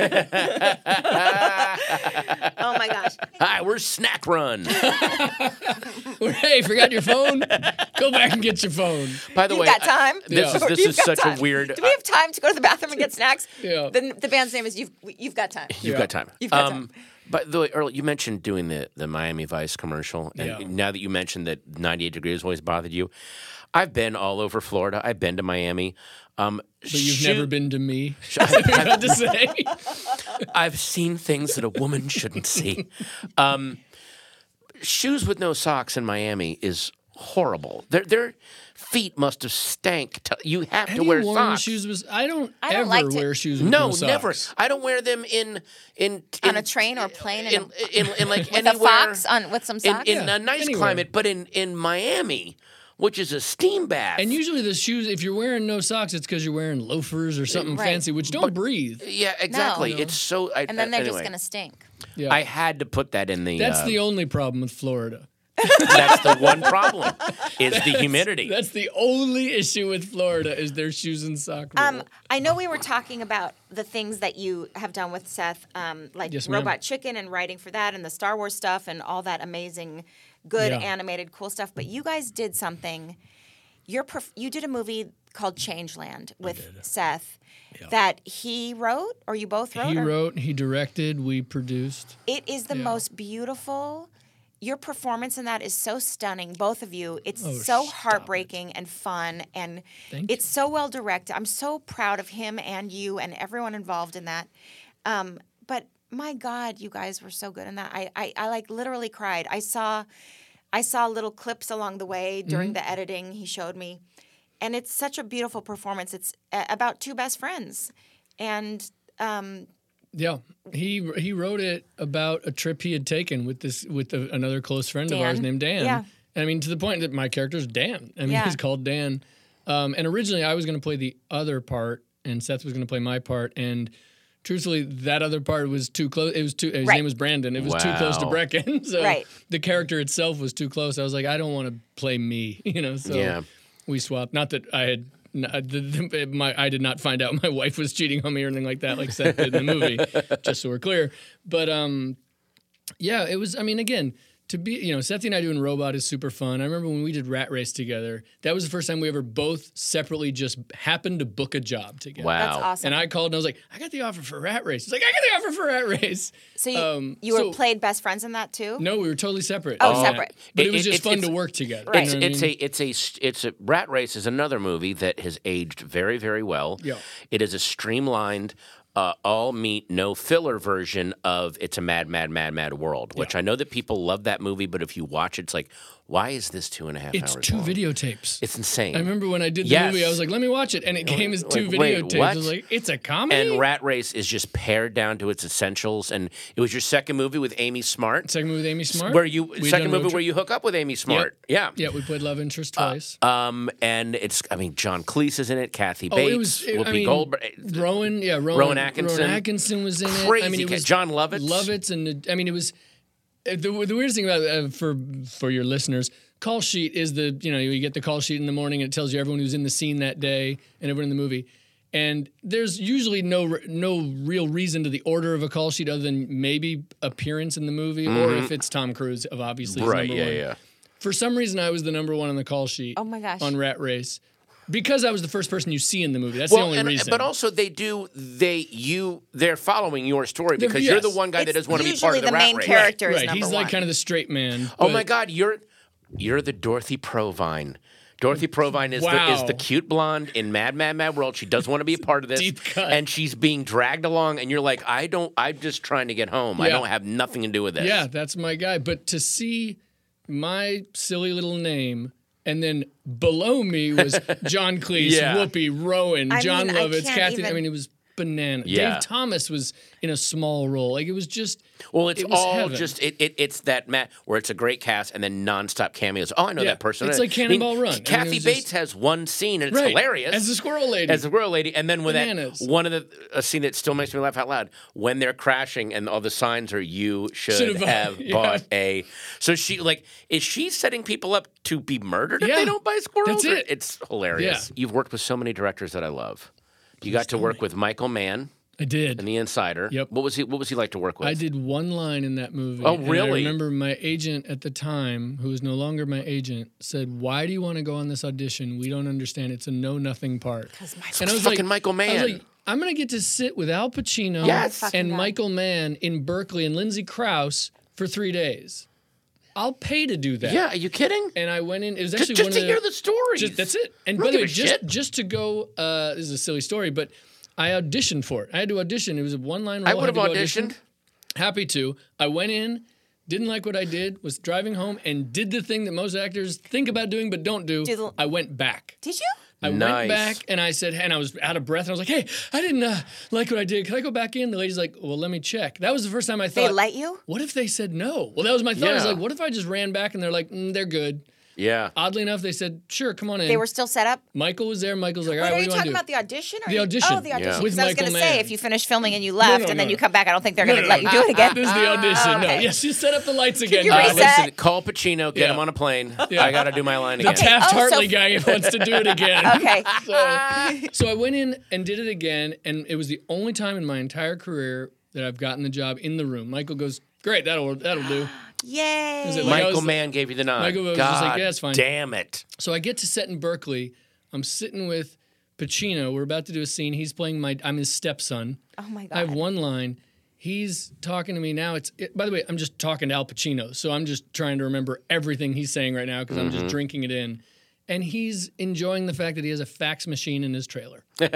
Oh my gosh.
Hi, we're Snack Run.
hey, forgot your phone? Go back and get your phone.
By the
You've
way,
got
I-
time.
this is
Or
this
you've
is
got
such
time.
a weird.
Do we have time to go to the bathroom and get snacks?
Yeah.
The, the band's name is You've You've Got Time.
You've
Yeah.
got time.
You've got time.
By the way, Earl, you mentioned doing the, the Miami Vice commercial. And
Yeah.
now that you mentioned that 98 degrees always bothered you, I've been all over Florida. I've been to Miami. Um,
But you've never been to me.
been.
I had to say.
I've seen things that a woman shouldn't see. Um, shoes with no socks in Miami is horrible. Their, their feet must have stank. To, you have to
Have you
wear
worn
socks.
shoes with, I don't,
I don't
ever
like to-
wear shoes with
No,
socks.
never. I don't wear them in in, in
On a train or a plane and
in, in, in like
a, with a
anywhere
fox on with some
in,
socks.
in a nice
anywhere.
climate, but in in Miami. which is a steam bath.
And usually the shoes, if you're wearing no socks, it's because you're wearing loafers or something
Right.
fancy, which don't breathe.
yeah, exactly.
No.
It's so. I, uh,
and then they're
anyway.
just gonna stink.
Yeah.
I had to put that in the.
That's
uh,
the only problem with Florida.
that's the one problem is the humidity.
That's the only issue with Florida is their shoes and sock rule.
Um, I know we were talking about the things that you have done with Seth, um, like
Yes, ma'am.
Robot Chicken and writing for that, and the Star Wars stuff, and all that amazing, good
Yeah.
animated, cool stuff. But you guys did something. Your perf- you did a movie called Changeland with Seth that he wrote, or you both wrote.
he
or-
wrote, he directed, we produced.
It is the most beautiful. Your performance in that is so stunning, both of you. It's so heartbreaking and fun, and
Oh, Thank
it's so well directed. I'm so proud of him and you and everyone involved in that. Um, but my God, you guys were so good in that. I, I, I like literally cried. I saw, I saw little clips along the way during
Mm-hmm.
the editing he showed me, and it's such a beautiful performance. It's a- about two best friends, and um,
Yeah, he he wrote it about a trip he had taken with this with a, another close friend of ours
Dan.
named Dan.
Yeah.
I mean, to the point that my character's Dan. I mean,
Yeah.
he's called Dan. Um, and originally, I was going to play the other part, and Seth was going to play my part. And truthfully, that other part was too close. It was too. His
Right.
name was Brandon. It was too close to
Wow.
Brecken. So
Right.
the character itself was too close. I was like, I don't want to play me. You know. So
Yeah.
we swapped. Not that I had. n- uh, the- the- My, I did not find out my wife was cheating on me or anything like that, like Seth did in the movie. just so we're clear, but um, yeah, it was. I mean, again, to be you know, Seth and I doing Robot is super fun. I remember when we did Rat Race together. That was the first time we ever both separately just happened to book a job together.
wow.
that's awesome.
And I called and I was like, I got the offer for Rat Race. It's like, I got the offer for Rat Race.
So you,
Um,
you were
so-
played best friends in that too?
No, we were totally separate.
Oh,
on that.
separate.
But it,
It-
was
it-
just
it's-
fun
it's-
to work together.
Right.
You know what I
It's
mean?
a it's a st- it's a Rat Race is another movie that has aged very very well.
Yeah.
It is a streamlined uh, all meat no filler version of It's a Mad Mad Mad Mad World, which I know that people love that movie, but if you watch it, it's like why is this two and a half
It's
hours
two
long?
videotapes.
It's insane.
I remember when I did the
Yes.
movie, I was like, let me watch it. And it came as two
wait, wait,
videotapes. I was
what?
like, it's a comedy?
and Rat Race is just pared down to its essentials, and it was your second movie with Amy Smart,
second movie with Amy Smart.
where you
We had
second
done Road
movie
Trip.
where you hook up with Amy Smart, yeah,
Yeah, we played Love Interest twice.
Um, and it's I mean John Cleese is in it, Kathy
Oh,
Bates,
it was it,
Whoopi
I mean,
Goldberg. eh,
Rowan, yeah, Rowan,
Atkinson.
Rowan Atkinson was in it. I mean,
Crazy
it
ca-
was
John Lovitz.
Lovitz, and uh, I mean, it was uh, the, the weirdest thing about uh, for for your listeners. Call sheet is the you know you get the call sheet in the morning and it tells you everyone who's in the scene that day and everyone in the movie. And there's usually no re- no real reason to the order of a call sheet other than maybe appearance in the movie or if it's Tom Cruise of obviously is
Mm-hmm. Right,
number
yeah,
one.
yeah.
For some reason, I was the number one on the call sheet.
Oh my gosh.
On Rat Race, because I was the first person you see in the movie. That's the only
and- uh,
reason.
But also, they do they you they're following your story
They're-
because you're the
yes.
one guy that
It's
doesn't want to be part
usually
of the,
the
rat
main
race.
character. is
right,
number
he's
one.
like kind of the straight man.
Oh
but-
my God, you're you're the Dorothy Provine. Dorothy Provine is, the, is
Wow.
the cute blonde in Mad Mad Mad World. She doesn't want to be a part of this,
Deep cut.
and she's being dragged along. And you're like, I don't. I'm just trying to get home. I
Yeah.
don't have nothing to do with this.
Yeah, that's my guy. But to see my silly little name. And then below me was John Cleese,
Yeah.
Whoopi, Rowan,
I
John
mean, I
Lovitz,
can't
Kathy. I
even-
mean, it was banana.
Yeah.
Dave Thomas was in a small role. Like it was just.
Well, it's
it was
all
heaven.
just it, it. It's that Matt where it's a great cast and then nonstop cameos. Oh, I know
Yeah,
that person.
it's
I-
like
I mean,
Cannonball Run. I mean,
Kathy
it was just-
Bates has one scene and it's
Right.
hilarious
As the squirrel lady.
As the squirrel lady, and then when
Bananas.
that one of the a scene that still makes me laugh out loud when they're crashing and all the signs are you should,
Should
have
have bought- yeah.
bought a. So she like is she setting people up to be murdered if
Yeah.
they don't buy squirrels?
That's
Or-
it.
It's hilarious.
Yeah.
You've worked with so many directors that I love. You got to work with Michael Mann
I did.
and The Insider.
Yep.
What was he? What was he like to work with?
I did one line in that movie.
Oh,
and I
really?
remember my agent at the time, who is no longer my agent, said, "Why do you want to go on this audition? We don't understand. It's a know nothing part." And I was
fucking Michael
I
Mann.
was like, I'm gonna get to sit with Al Pacino
Yes.
fucking
and
God.
Michael Mann in Berkeley and Lindsay Krause for three days. I'll pay to do that.
yeah, are you kidding?
And I went in. It was
Just,
actually
just
one
to
of
hear the stories.
just, that's it.
I
And by
don't
the way,
give a
just
shit.
just to go, uh, this is a silly story, but I auditioned for it. I had to audition. It was a one line.
I would have auditioned.
Happy to. I went in, didn't like what I did, was driving home, and did the thing that most actors think about doing but don't do.
Did the-
I went back.
Did you?
I
Nice.
went back and I said, and I was out of breath. And I was like, hey, I didn't uh, like what I did. Can I go back in? The lady's like, well, let me check. That was the first time I
They
thought,
let you?
what if they said no? Well, that was my thought. I was
Yeah.
like, what if I just ran back and they're like, mm, they're good.
Yeah.
Oddly enough, they said, "Sure, come on in."
They were still set up.
Michael was there. Michael's like,
Wait,
"All right,
are
what
you
do you want
talking
to do?"
about the audition? Or
The
you-
audition.
Oh, the
Yeah.
audition.
With
'Cause I was
Michael
going to say,
Mann.
if you finished filming and you left
no,
and then
no.
you come back, I don't think they're going to
no,
let you do it again.
This is the audition. No, yes, you set up the lights again.
you
guys.
reset?
listen, call Pacino, get
Yeah.
him on a plane. I got to do my line
The
again.
Taft
oh, so-
Hartley guy wants to do it again.
okay.
So, so I went in and did it again, and it was the only time in my entire career that I've gotten the job in the room. Michael goes, "Great, that'll that'll do."
Yay.
it like- I
Michael
was-
Mann gave you the nod.
Michael was
God
just like, yeah, it's fine.
damn it.
So I get to set in Berkeley. I'm sitting with Pacino. We're about to do a scene. He's playing my. I'm his stepson.
oh, my
I have
God.
one line. He's talking to me now. It's it, by the way, I'm just talking to Al Pacino, so I'm just trying to remember everything he's saying right now because I'm just drinking it in. And he's enjoying the fact that he has a fax machine in his trailer. he's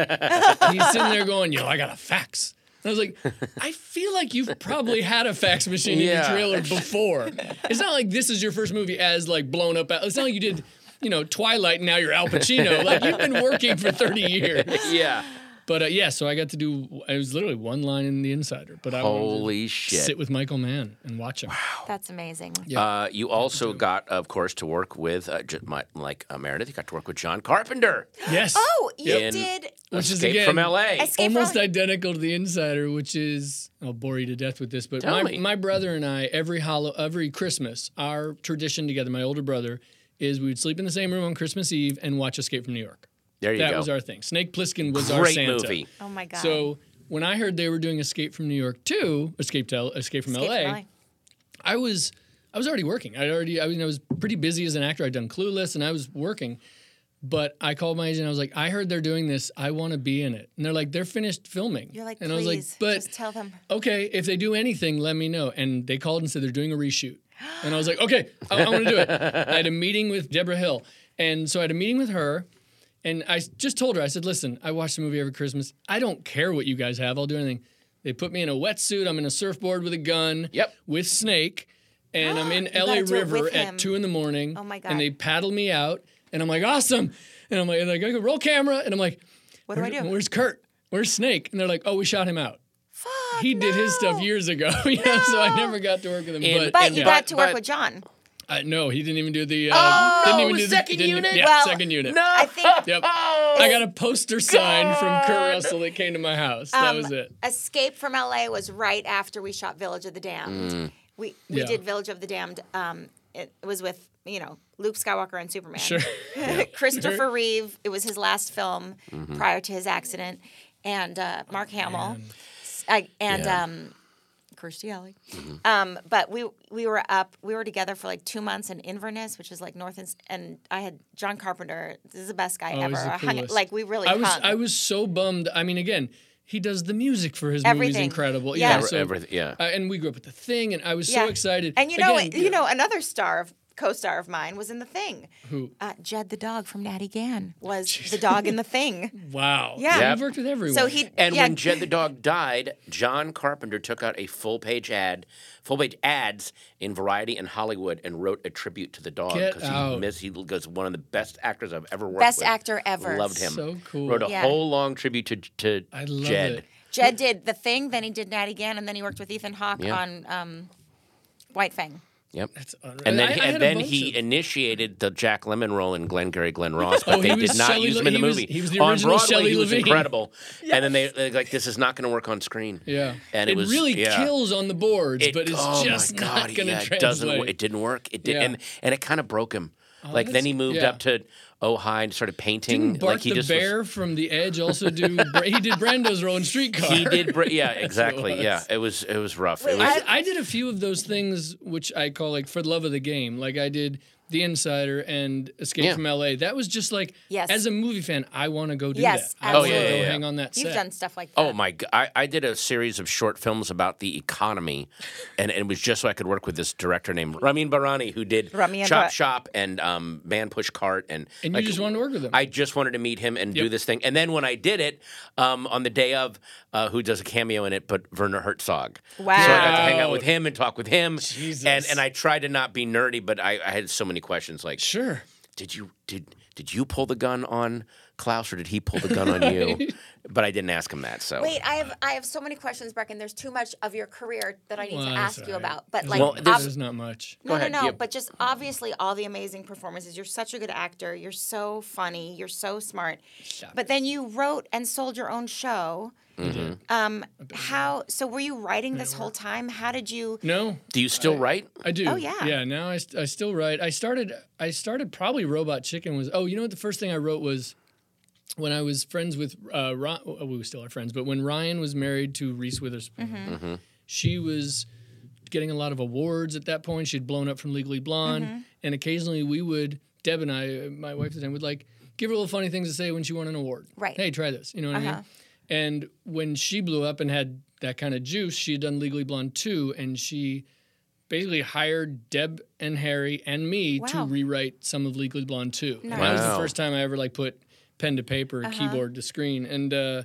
sitting there going, "Yo, I got a fax." And I was like, "I feel like you've probably had a fax machine
Yeah.
in your trailer before. It's not like this is your first movie as like blown up. It's not like you did." You know, Twilight, and now you're Al Pacino. Like, you've been working for 30 years.
Yeah.
But uh, yeah, so I got to do. It was literally one line in The Insider, but I wanted
Holy
to
shit.
sit with Michael Mann and watch him.
That's amazing.
Uh, you also got, of course, to work with, uh, j- my, like uh, Meredith, you got to work with John Carpenter.
Yes.
Oh, you
In-
did.
Which is,
Escape
again,
from L.A.
Escape from-
Almost identical to The Insider, which is I'll bore you to death with this, but
Tell
my,
me.
my brother and I every hollow every Christmas, our tradition together, my older brother, is we would sleep in the same room on Christmas Eve and watch Escape from New York.
there you
that
go.
was our thing. Snake Plissken was our
Great
Santa.
movie.
Oh, my God.
So when I heard they were doing Escape from New York 2, Escape to L- Escape from
Escape from
LA,
LA.
I was I was already working. I'd already I mean I was pretty busy as an actor. I'd done Clueless and I was working. But I called my agent. I was like, I heard they're doing this. I want to be in it. And they're like, they're finished filming.
You're like,
and I
please,
was like, but
just tell them.
okay, if they do anything, let me know. And they called and said they're doing a reshoot. And I was like, okay, I, I want to do it. I had a meeting with Deborah Hill. And so I had a meeting with her. And I s- just told her, I said, listen, I watch the movie every Christmas. I don't care what you guys have. I'll do anything. They put me in a wetsuit. I'm in a surfboard with a gun.
Yep.
With Snake. And I'm in
gotta
LA
do it
River
with him.
at two in the morning.
Oh my God.
And they paddled me out. And I'm like, awesome. And I'm like, and I go, roll camera. And I'm like,
What do I
"Where-
do?
Where's Kurt? Where's Snake? And they're like, oh, we shot him out
Fuck,
he did his stuff
no.
years ago, you know, so I never got to work with him.
And-
but
But
and
you
yeah.
got to work
but-
with John.
I- no, he didn't even do the. Uh,
Oh,
didn't
no,
even do
second
the, didn't-
unit?
Yeah,
Well, Oh.
second unit.
I think
Yep. I got a poster sign from Kurt Russell that came to my house.
Um,
that was it.
Escape from LA was right after we shot Village of the Damned. We we
Yeah.
did Village of the Damned. Um, it was with you know Luke Skywalker and Superman.
Sure.
Christopher Reeve. It was his last film prior to his accident, and uh, Mark Hamill, S- I, and
Yeah.
um, Kirstie Alley. Um, but we we were up. We were together for like two months in Inverness, which is like north and s- and I had John Carpenter. This is the best guy
Oh,
ever.
he's the
I hung-
coolest.
like we really
I was.
hung.
I was so bummed. I mean, again, he does the music for his
Everything.
movies incredible.
Yeah.
Yeah.
Every-
so,
everything, yeah.
uh, and we grew up with the thing, and I was so excited.
And you know,
Again,
you know, another star of co-star of mine was in the thing.
Who?
Uh, Jed the dog from Natty Gann was the dog in the thing.
Wow.
Yeah.
He worked with everyone.
So he
And
yeah,
when Jed the dog died, John Carpenter took out a full page ad, full page ads in Variety and Hollywood, and wrote a tribute to the dog
Get
he
out.
missed. He was one of the best actors I've ever worked
best
with.
actor ever.
Loved him.
So cool.
Wrote a
Yeah.
whole long tribute to to
I love
Jed.
it.
Jed did the thing, then he did Natty Gann, and then he worked with Ethan Hawke
Yeah.
on um, White Fang.
Yep.
unreal.
and then
I- I
he,
had a
and then
bunch
he
of-
initiated the Jack Lemon role in Glengarry Glen Ross,
Oh,
but
he
they
was
did not
Shelley
use him
Le-
in the
he was-
movie.
he was the
On
original
Broadway,
Shelley
he was
Levine.
incredible. And then they they're like, this is not going to work on screen.
Yeah.
And it, was
really
yeah.
kills on the boards,
It-
but it's
oh my
just
God,
not going to
yeah,
translate.
It doesn't. wo- It didn't work. It did,
Yeah. Oh,
and and it kind of broke him. like then
that's-
he moved
yeah.
up to Ojai and started painting.
Didn't Bart
like he
the
just was-
Bear from The Edge also do? Bra- he did Brando's role in Streetcar.
he did. br- Yeah, exactly.
was.
yeah, it was it was rough. it was,
I, I did a few of those things, which I call like for the love of the game. Like I did The Insider and Escape
Yeah.
from L.A. That was just like,
Yes.
as a movie fan, I want to go do
Yes,
that. I wanna
absolutely. Oh, yeah, yeah,
go
yeah.
hang on that
You've
set.
done stuff like that.
Oh my god! I, I did a series of short films about the economy, and, and it was just so I could work with this director named Ramin Barani, who did
Ramin
Chop
Bar-
Shop and um, Man Push Cart, and
And you just wanted to work with him.
I just wanted to meet him and do this thing. And then when I did it, um, on the day of, uh, who does a cameo in it, but Werner Herzog.
Wow.
So I got to hang out with him and talk with him. And
Jesus.
and I tried to not be nerdy, but I, I had so many questions. Like,
Sure.
did you did did you pull the gun on Klaus, or did he pull the gun on you? But I didn't ask him that. So
Wait, I have I have so many questions, Brecken. There's too much of your career that I need
Well,
to
that's
ask you
all right.
about. But
There's
like,
Well,
not-
this-
there's not much.
Go
no,
ahead,
no, no,
yeah.
But just obviously, all the amazing performances. You're such a good actor. You're so funny. You're so smart. But then you wrote and sold your own show.
Mm-hmm.
Um, how? So were you writing this whole time? How did you?
No,
do you still write?
I do.
Oh, yeah.
Yeah. Now I, st- I still write. I started. I started probably Robot Chicken was. Oh, you know what? The first thing I wrote was when I was friends with. Uh, Ron, oh, we still are friends, but when Ryan was married to Reese Witherspoon,
Mm-hmm.
she was getting a lot of awards at that point. She'd blown up from Legally Blonde,
Mm-hmm.
and occasionally we would. Deb and I, uh, my wife at the time, would like give her little funny things to say when she won an award.
Right. Uh-huh.
Hey, try this. You know what I mean? And when she blew up and had that kind of juice, she had done Legally Blonde 2, and she basically hired Deb and Harry and me to
Wow.
rewrite some of Legally Blonde 2. And That was the
Wow.
first time I ever like put pen to paper, keyboard to screen. And uh,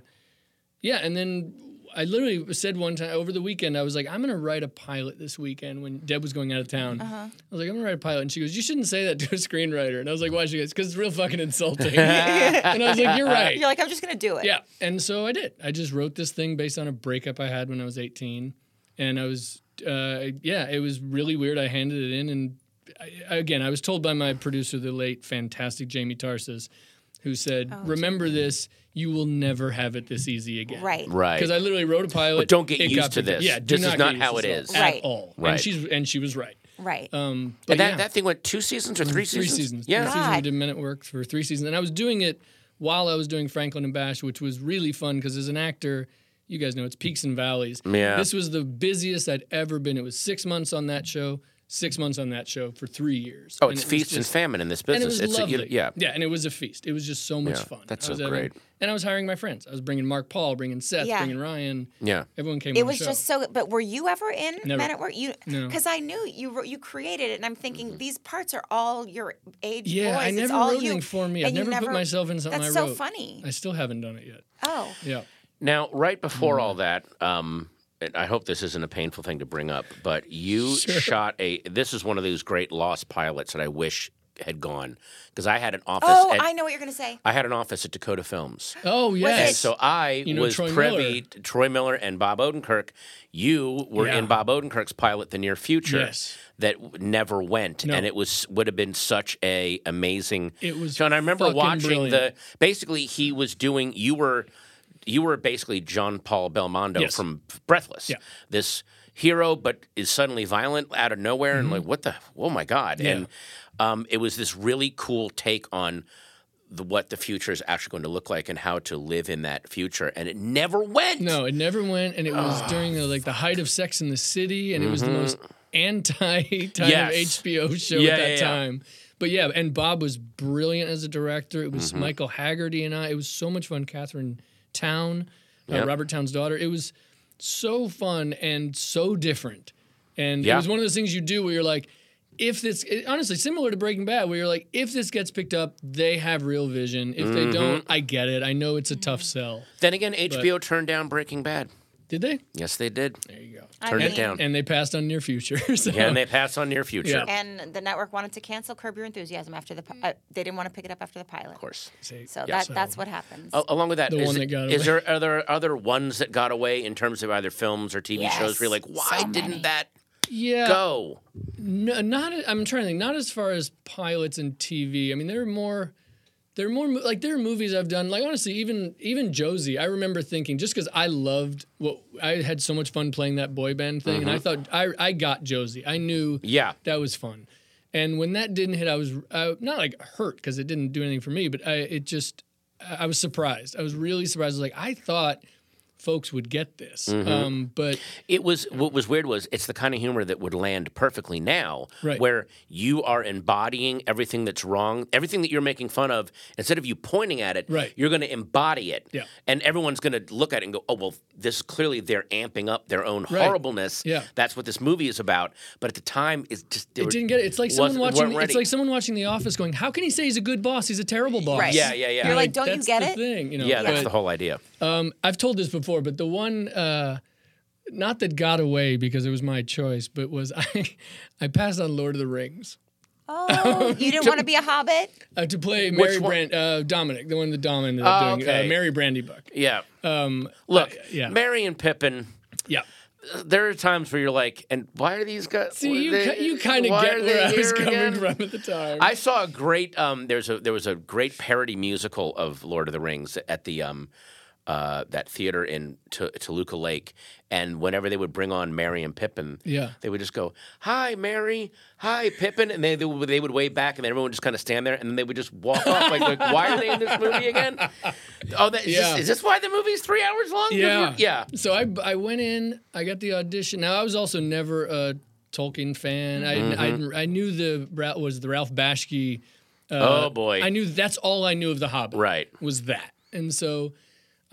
yeah, and then I literally said one time over the weekend, I was like, I'm going to write a pilot this weekend when Deb was going out of town. I was like, I'm going to write a pilot. And she goes, You shouldn't say that to a screenwriter. And I was like, Why? She goes, Because it's real fucking insulting. and I was like, You're right.
You're like, I'm just gonna do it.
Yeah. And so I did. I just wrote this thing based on a breakup I had when I was 18. And I was, uh, yeah, it was really weird. I handed it in. And I, again, I was told by my producer, the late, fantastic Jamie Tarsis, who
Oh,
said, Remember this, you will never have it this easy again.
Right.
Right.
Because I literally wrote a pilot.
But don't get
it
used
got
to
picked up.
this.
Yeah, do
This is
get
not
used to
how it
this
is.
at
Right.
all.
Right.
And she's and she was right.
Right.
Um, but
And that,
yeah
that thing went two seasons or three
three
seasons?
seasons.
Yeah.
three seasons. We
God.
did minute work for three seasons, and I was doing it while I was doing Franklin and Bash, which was really fun because as an actor, you guys know it's peaks and valleys.
Yeah.
This was the busiest I'd ever been. It was six months on that show, six months on that show for three years.
Oh,
And
it's
it was
feast and
just-
famine in this
and it
business.
was
it's
lovely.
A, you- yeah.
yeah, and it was a feast. It was just so much
Yeah,
fun.
that's
I was
so great.
and I was hiring my friends. I was bringing Mark Paul, bringing Seth,
Yeah.
bringing Ryan.
Yeah.
everyone came.
It
on
was
the show.
just so. But were you ever in
Never.
Men at Work? You
No.
because I knew you wrote- you created it, and I'm thinking
Mm-hmm.
these parts are all your age.
Yeah,
voice.
I
it's
never
all
wrote
you,
anything for me. I've
and you
never, put myself in something
That's
I wrote.
so funny.
I still haven't done it yet.
Oh,
Yeah.
Now, right before
Hmm.
all that, um, and I hope this isn't a painful thing to bring up, but you shot a. This is one of those great lost pilots that I wish had gone because I had an office.
oh,
at,
I know what you're gonna say.
I had an office at Dakota Films.
Oh
And
yes.
so I
You know
was
Troy
privy
Miller.
to Troy Miller and Bob Odenkirk. You were
Yeah.
in Bob Odenkirk's pilot, The Near Future,
Yes.
that w- never went, and it was would have been such a amazing.
It was
So, and I remember
fucking
watching
brilliant.
the. Basically, he was doing. You were, you were basically John Paul Belmondo
Yes.
from Breathless.
Yeah.
This hero, but is suddenly violent out of nowhere,
Mm-hmm.
and like, what the? Oh my god! And um, it was this really cool take on the, what the future is actually going to look like and how to live in that future. And it never went.
No, it never went, and it was during the, like the height of Sex in the City, and it was the most anti type
Mm-hmm. Yes.
of HBO show
Yeah,
at that
yeah, yeah.
time. But yeah, and Bob was brilliant as a director. It was
Mm-hmm.
Michael Haggerty and I. It was so much fun. Catherine Town, uh,
Yep.
Robert Town's daughter. It was so fun and so different. And
Yeah.
it was one of those things you do where you're like, if this, it- honestly, similar to Breaking Bad, where you're like, if this gets picked up, they have real vision. If
Mm-hmm.
they don't, I get it. I know it's a tough sell.
Then again, HBO turned down Breaking Bad.
Did they?
Yes, they did.
There you go.
Turned it
mean-
down.
and they passed on near future. So.
Yeah, and they passed on Near Future.
Yeah.
Of
And the network wanted to cancel Curb Your Enthusiasm after the. pi- Uh, they didn't want to pick it up after the pilot. Of
course.
So
Yeah.
that that's what happens.
Oh.
A- Along with that,
The
is
one
it-
that got
is there are there other ones that got away in terms of either films or TV shows? Where you're like,
Yes,
why
so many.
didn't that
yeah,
go?
no- not. I'm trying to think. Not as far as pilots and TV. I mean, there are more. There are more mo- like there are movies I've done. Like honestly, even even Josie, I remember thinking just because I loved what I had so much fun playing that boy band thing, and I thought I I got Josie. I knew
Mm-hmm. Yeah.
that was fun. And when that didn't hit, I was uh, not like hurt because it didn't do anything for me, but I it just I I was surprised. I was really surprised. I was like, I thought folks would get this,
Mm-hmm.
um, but
It was what was weird was it's the kind of humor that would land perfectly now,
Right.
where you are embodying everything that's wrong, everything that you're making fun of. Instead of you pointing at it,
Right.
you're going to embody it,
Yeah.
and everyone's going to look at it and go, "Oh, well, this is clearly they're amping up their own
Right.
horribleness."
Yeah.
that's what this movie is about. But at the time, it's just they
It
were-
didn't get it. It's like someone
wasn't-
watching.
weren't
It's
ready.
like someone watching The Office, going, "How can he say he's a good boss? He's a terrible boss."
Right.
yeah, yeah, yeah.
You're like, don't you
that's
get
the
it?
Thing, you know.
yeah, that's
but,
the whole idea.
Um, I've told this before, but the one, uh, not that got away because it was my choice, but was I, I passed on Lord of the Rings
Oh, you didn't want to be a hobbit?
Uh, to play Mary
one?
Brand, uh, Dominic, the one that Dom ended up
Oh,
doing,
okay.
uh, Mary Brandybuck. Um,
Yeah. Look,
uh, yeah.
Mary and Pippin.
Yeah.
There are times where you're like, and why are these guys?
See, you,
they-
ki- you kind of
why
get
are
where
they
I was
here
coming
again?
from at the time.
I saw a great um, there's a there was a great parody musical of Lord of the Rings at the um, uh, that theater in T- Toluca Lake, and whenever they would bring on Mary and Pippin,
Yeah.
they would just go, "Hi, Mary, hi, Pippin," and they they would, they would wave back, and then everyone would just kind of stand there, and then they would just walk off like, like, "Why are they in this movie again?" Oh, that, is,
Yeah.
this, is this why the movie's three hours long? 'Cause
yeah.
we're- yeah.
So I, I went in, I got the audition. Now, I was also never a Tolkien fan. I,
Mm-hmm.
I, I knew the Ra- was the Ralph Bashki.
oh boy,
Uh, I knew that's all I knew of The Hobbit.
Right.
Was that. And so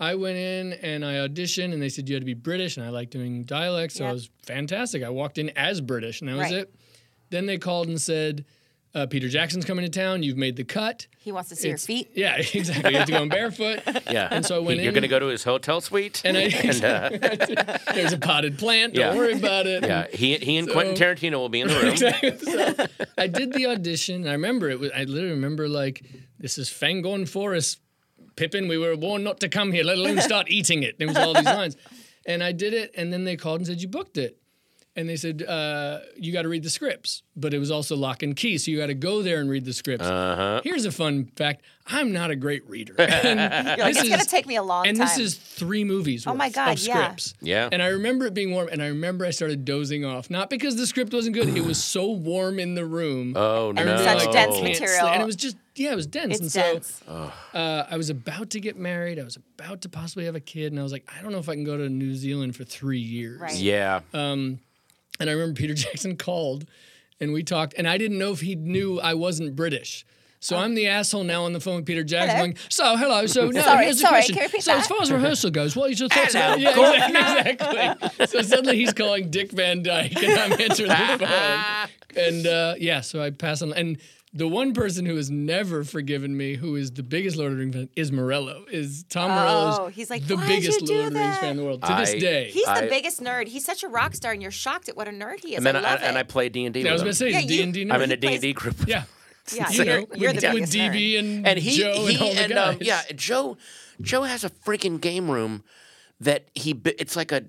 I went in and I auditioned, and they said you had to be British, and I like doing dialects. So I
Yeah.
was fantastic. I walked in as British, and that was
Right.
it. Then they called and said, uh, Peter Jackson's coming to town. You've made the cut.
He wants to see your
It's-
feet.
Yeah, exactly. You have to go in barefoot.
yeah.
And so I went
You're
in-
gonna go to his hotel suite,
And I,
uh,
there's a potted plant.
Yeah.
Don't worry about it.
yeah. He he and Quentin
So-
Tarantino will be in the room.
I did the audition. and I remember it was. I literally remember like this is Fangorn Forest, Pippin. We were warned not to come here, let alone start eating it. There was all these lines, and I did it. And then they called and said you booked it, and they said uh, you got to read the scripts, but it was also lock and key, so you got to go there and read the scripts. Uh-huh. Here's a fun fact: I'm not a great reader. And
You're like,
uh, this
it's going
is-
to take me a long
and
time.
this is three movies.
Oh my
worth
God,
Of
yeah.
scripts.
Yeah.
And I remember it being warm, and I remember I started dozing off, not because the script wasn't good. it was so warm in the room.
Oh no!
remember,
Such dense
I can't sleep.
material.
and it was just yeah, it was dense.
it's
and
dense.
so uh, I was about to get married. I was about to possibly have a kid, and I was like, I don't know if I can go to New Zealand for three years.
Right.
Yeah.
And I remember Peter Jackson called, and we talked, and I didn't know if he knew I wasn't British. So I'm the asshole now on the phone with Peter Jackson.
Oh. Hello.
Going, so hello. So now
Sorry,
here's the
sorry,
question.
can you repeat
so
that?
as far as rehearsal goes, what is your thoughts?
Hello,
about yeah, exactly. so suddenly he's calling Dick Van Dyke, and I'm answering the phone. And uh, yeah, so I pass on. And the one person who has never forgiven me, who is the biggest Lord of the Rings fan, is Morello. Is Tom Morello?
Oh, he's like,
the
"Why'd
biggest
you do
Lord of the Rings
that?"
fan in the world to this
I-
day.
He's
I-
the biggest nerd. He's such a rock star, and you're shocked at what a nerd he is.
and then
I
I,
love
and I
it.
play D and D.
I was gonna say,
Yeah,
he's
you-
D&D
I'm in
nerd.
a D and D group.
Yeah.
Yeah,
So,
you're, you're
with,
the biggest
with
nerd.
DB and,
and he
Joe
he
and all the
and
guys.
um, yeah, Joe Joe has a freaking game room that he bu- it's like a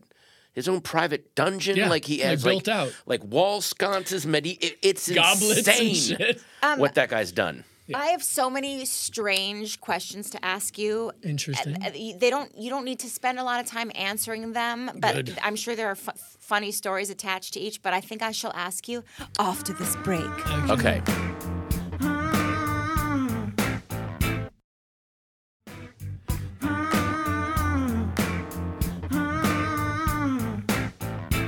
his own private dungeon.
Yeah,
like he
like
has
built out.
like wall sconces, medi. It, it's
goblets
insane
and shit.
Um,
what that guy's done.
I have so many strange questions to ask you.
Interesting.
Uh, you- They don't. You don't need to spend a lot of time answering them, but
Good.
I'm sure there are f- funny stories attached to each. But I think I shall ask you after this break.
Okay.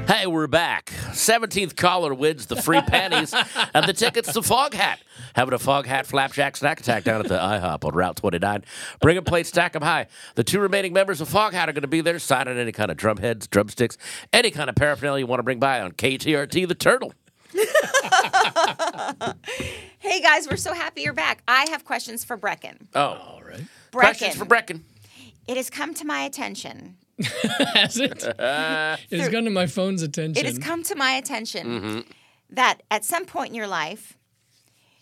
Hey, we're back. 17th caller wins the free panties and the tickets to Fog Hat. Having a Fog Hat flapjack snack attack down at the IHOP on Route 29. Bring a plate, stack 'em high. The two remaining members of Fog Hat are going to be there signing any kind of drumheads, drumsticks, any kind of paraphernalia you want to bring by on KTRT The Turtle.
Hey guys, we're so happy you're back. I have questions for Brecken.
Oh. All right.
Brecken,
Questions for Brecken.
it has come to my attention.
Has it? it's gotten to my phone's attention.
It has come to my attention
Mm-hmm.
that at some point in your life,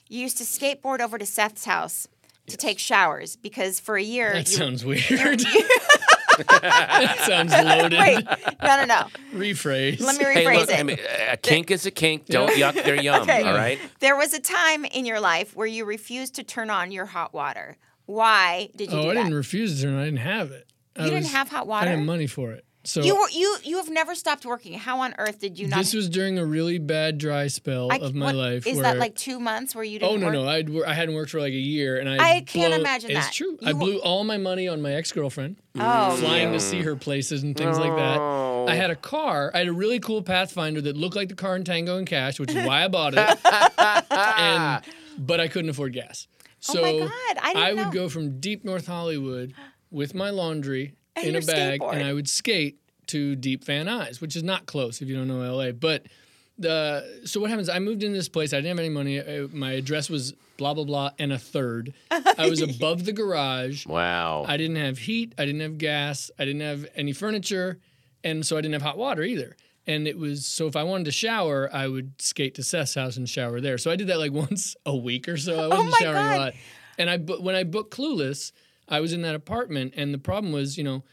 you used to skateboard over to Seth's house to take showers because for a year
that
you
sounds weird. that sounds loaded.
Wait, no, no, no.
Rephrase.
Let me rephrase
Hey, look,
it.
I mean, a kink is a kink. Don't yuck their yum,
Okay.
all right?
There was a time in your life where you refused to turn on your hot water. Why did you
oh,
do
I
that?
didn't refuse it, and I didn't have it. I
You didn't
was-
have hot
I didn't
water?
have money for it. So
you were you you have never stopped working. How on earth did you not?
this was during a really bad dry spell
I-
of my
what-
life.
Is
where,
that like two months where you didn't?
Oh no
work?
no! I'd wor- I hadn't worked for like a year, and I
I can't
blow-
imagine
it's
that.
true. I
You-
blew all my money on my ex girlfriend.
Oh,
flying to see her places and things like that. I had a car. I had a really cool Pathfinder that looked like the car in Tango and Cash, which is why I bought it. and but I couldn't afford gas. So
Oh my God, I didn't
would
know.
go from deep North Hollywood with my laundry
And
in a
your
bag,
skateboard.
and I would skate to Deep Van Nuys, which is not close if you don't know LA, but. The, so what happens? I moved in this place. I didn't have any money. Uh, My address was blah blah blah and a third. I was above the garage.
Wow.
I didn't have heat. I didn't have gas. I didn't have any furniture. And so I didn't have hot water either. And it was so if I wanted to shower, I would skate to Seth's house and shower there. So I did that like once a week or so. I wasn't
Oh my
showering a
God.
lot. And I bu- when I booked Clueless, I was in that apartment, and the problem was, you know,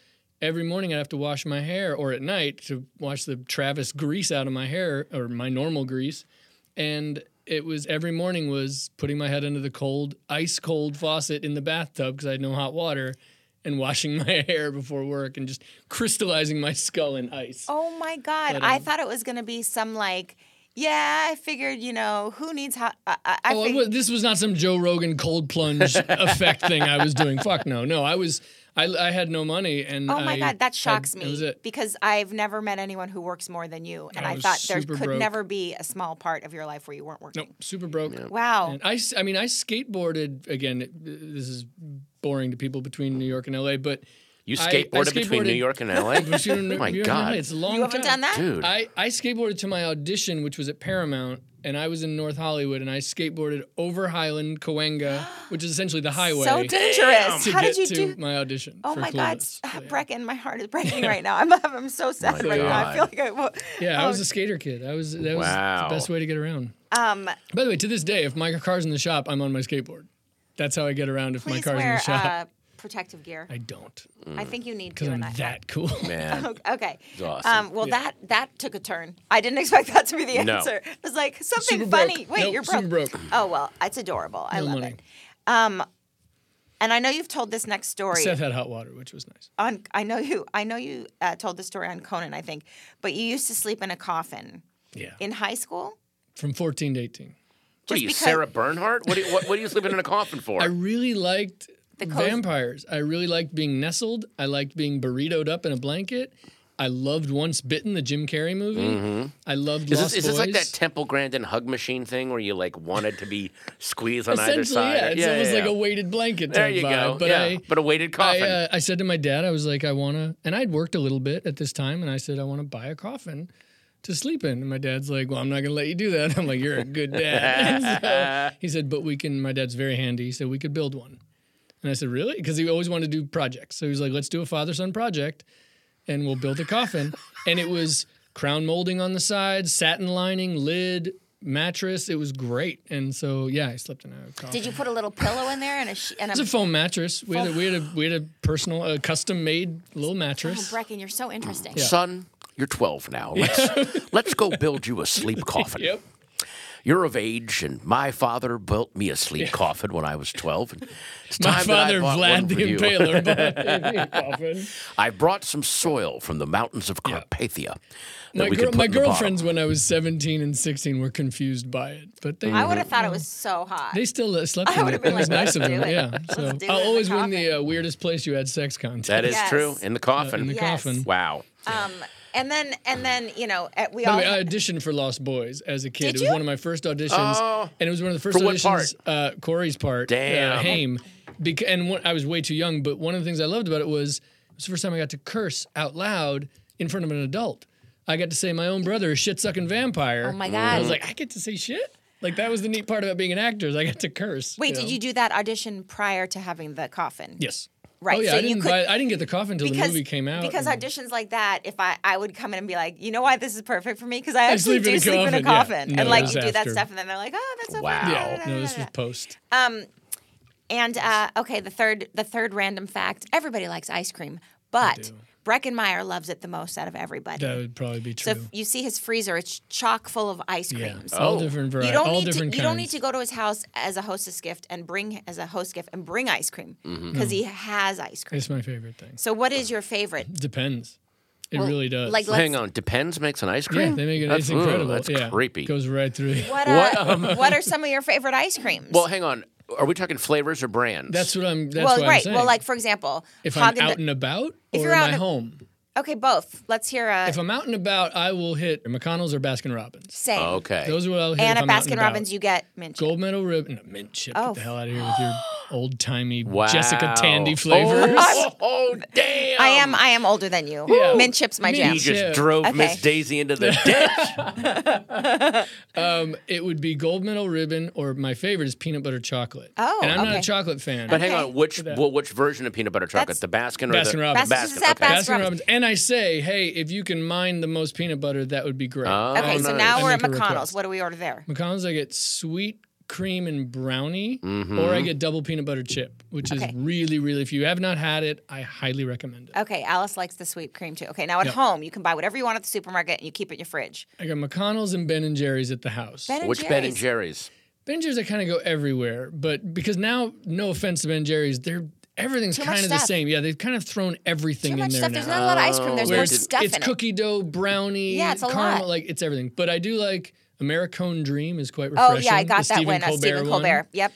every morning I'd have to wash my hair, or at night to wash the Travis grease out of my hair or my normal grease, and it was every morning was putting my head under the cold, ice cold faucet in the bathtub because I had no hot water, and washing my hair before work and just crystallizing my skull in ice.
Oh my God. I thought it was going to be some like, yeah, I figured, you know, who needs hot. I, I, I
Oh, it
fig-
was, this was not some Joe Rogan cold plunge effect thing I was doing. Fuck no, no, I was, I, I had no money, and
Oh my
I
God, that
had-
shocks
That
me
was it.
because I've never met anyone who works more than you, and
I
I,
was
thought there
super
could
broke.
never be a small part of your life where you weren't working.
Nope, super broke.
Wow,
And I, s- I mean, I skateboarded again. it- This is boring to people between New York and LA, but
You
I- I
skateboarded, between New
skateboarded-
York and LA.
between
oh my
New York and LA,
god,
it's a long
you haven't done
time.
that.
dude!
I, I skateboarded to my audition, which was at Paramount, and I was in North Hollywood, and I skateboarded over Highland, Cahuenga, which is essentially the highway.
So dangerous.
to
How
get
did you
to
do?
my audition.
Oh
for
my God,
Clueless.
Brecken, my heart is breaking right now. I'm, I'm so sad
My
right now. I feel
God.
like I. Well,
Yeah,
Oh.
I was a skater kid. I was that was
Wow.
the best way to get around.
um,
By the way, to this day, if my car's in the shop, I'm on my skateboard. That's how I get around if my
please
car's in the
wear
shop.
uh, protective gear.
I don't
I, think you need to.
because I'm
and I-
that cool.
Man,
Okay.
awesome.
Um, well, that that took a turn. I didn't expect that to be the
No.
answer. It was like something
Super broke.
funny. Wait,
Nope,
you're broke.
super broke.
Oh well, it's adorable. I
No
love
money.
it. Um, and I know you've told this next story
Seth had hot water, which was nice.
on. I know you. I know you uh, told this story on Conan, I think. But you used to sleep in a coffin
Yeah,
in high school.
from 14 to 18.
what are you,
because-
Sarah Bernhardt? What are you, what, what are you sleeping in a coffin for?
I really liked
cozy-
vampires. I really liked being nestled. I liked being burritoed up in a blanket. I loved Once Bitten, the Jim Carrey movie. I loved
Mm-hmm. Is
Lost
this, is this like
Boys.
that Temple Grandin hug machine thing where you like wanted to be squeezed on either
Essentially,
side?
yeah, it's almost like a weighted blanket.
there
type
you
vibe,
go.
But
yeah.
I,
but a weighted
I,
coffin.
uh, I said to my dad, I was like, I want to, and I'd worked a little bit at this time, and I said, I want to buy a coffin to sleep in. And my dad's like, Well, I'm not going to let you do that. I'm like, You're a good dad. And so he said, But we can, my dad's very handy. He said, We could build one. And I said, Really? Because he always wanted to do projects. So he was like, Let's do a father son project and we'll build a coffin. and it was crown molding on the sides, satin lining, lid, mattress. It was great. And so, yeah, I slept in a coffin.
Did you put a little pillow in there and a? She- and
It's a foam mattress. We had a, we had a, we had a personal, a custom made little mattress.
Oh,
Brecken, you're so interesting.
Son, you're 12 now. Let's, let's go build you a sleep coffin.
Yep.
You're of age, and my father built me a sleep coffin when I was 12. And it's
My
time that I
father,
bought one
Vlad
for
the
you.
Impaler, bought a coffin.
I brought some soil from the mountains of Carpathia. that
My,
we
girl,
could put
my
in the bottom.
girlfriends, when I was 17 and 16, were confused by it, but they
I would have thought it was so hot.
they still uh, slept with
would've
it.
been
It was
like,
nice of
"Let's do
them.
it.
Yeah.
Let's
So
do it
I'll
in the
always win the uh, weirdest place you had sex contest.
That is
Yes.
true. In the
in
coffin.
the
Yes.
coffin.
wow.
Um, and then and then you know at, we
By
all
the way, I auditioned for Lost Boys as a kid.
Did
it was
you?
one of my first auditions,
Oh.
and it was one of the first
For what
auditions.
part?
Uh, Corey's part.
Damn.
Uh, Haim. Bec- and one, I was way too young, but one of the things I loved about it was it was the first time I got to curse out loud in front of an adult. I got to say my own brother is shit sucking vampire.
Oh my
I
God.
was like, I get to say shit. Like that was the neat part about being an actor is I got to curse.
wait,
know?
did you do that audition prior to having the coffin?
Yes.
Right,
Oh yeah,
so
I
you
didn't.
could-
buy- I didn't get the coffin until the movie came out.
Because
and-
auditions like that, if I, I would come in and be like, you know why this is perfect for me? Because I actually
sleep
do
in a
sleep in a
coffin,
coffin.
yeah. No,
and like
this
you
is
do that
after.
stuff and then they're like, oh, that's so
Wow.
funny.
Yeah.
da, da, da,
No, this
da,
was
da.
post.
And uh, okay, the third the third random fact. Everybody likes ice cream, but Breckenmeyer loves it the most out of everybody.
That would probably be
so
true.
if you see his freezer, it's chock full of ice
yeah,
creams.
all
Oh.
different
You
varieties.
don't
all
need to.
different
You
kinds.
don't need to go to his house as a hostess gift and bring as a host gift and bring ice cream because
Mm-hmm.
he has ice cream.
Mm-hmm. It's my favorite thing.
So, what is your favorite?
Depends. It really does.
Like, let's,
Hang on. Depends makes an ice
yeah,
cream?
they make it.
That's,
it's
ooh,
incredible.
that's
yeah,
creepy.
Goes right through.
What,
What, um,
uh, what are some of your favorite ice creams?
well, hang on. Are we talking flavors or brands?
That's what I'm. That's
well
what I'm
right.
saying.
well, like for example,
if I'm
Häagen-Dazs-
out and about
If
or
you're
am
out
I
and-
home.
okay, both. Let's hear uh, a
If I'm out and about, I will hit McConnell's or Baskin Robbins.
same.
Oh, okay.
Those are what I'll hit.
And
if
at
I'm out and
Baskin Robbins,
about.
you get mint.
gold medal ribbon. No, mint chip.
Oh.
Get the hell out of here with your old timey
Wow.
Jessica Tandy flavor.
Oh, oh, damn.
I am I am older than you. Mint chips my
Me
jam.
You just
Yeah.
drove Miss
Okay.
Daisy into the ditch.
Um, it would be gold medal ribbon, or my favorite is peanut butter chocolate.
Oh,
and I'm not a
okay.
chocolate fan.
But hang
Okay.
on, which well, which version of peanut butter chocolate?
That's-
the Baskin or the
Baskin Robbins.
the
Baskin- is
Baskin?
that
okay.
Baskin? Robbins.
Baskin Robbins. And I say, hey, if you can mine the most peanut butter, that would be great.
Oh,
Okay, so
nice.
now we're at
Make a
McConnell's.
request.
What do we order there?
McConnell's, I get sweet cream and brownie, or I get double peanut butter chip, which
Okay.
is really, really. If you have not had it, I highly recommend it.
Okay, Alice likes the sweet cream too. Okay, now at home you can buy whatever you want at the supermarket and you keep it in your fridge.
I got McConnell's and Ben and Jerry's at the house.
Ben and
Which
Jerry's.
Ben and Jerry's?
Ben and Jerry's, I kind of go everywhere, but because now, no offense to Ben and Jerry's, they're everything's
Too much
kind of the
stuff.
same. Yeah, they've kind of thrown everything
Too
in
much
there
stuff.
now.
There's not a lot of ice cream. There's
Where
more
Oh, it's,
stuff
it's
in it.
cookie dough brownie.
Yeah, it's a
caramel,
lot.
Like it's everything. But I do like Americone Dream is quite
Oh
refreshing.
yeah, I got
the
that
Stephen
one. uh,
Colbert
Stephen
one.
Colbert. Uh-huh. Yep.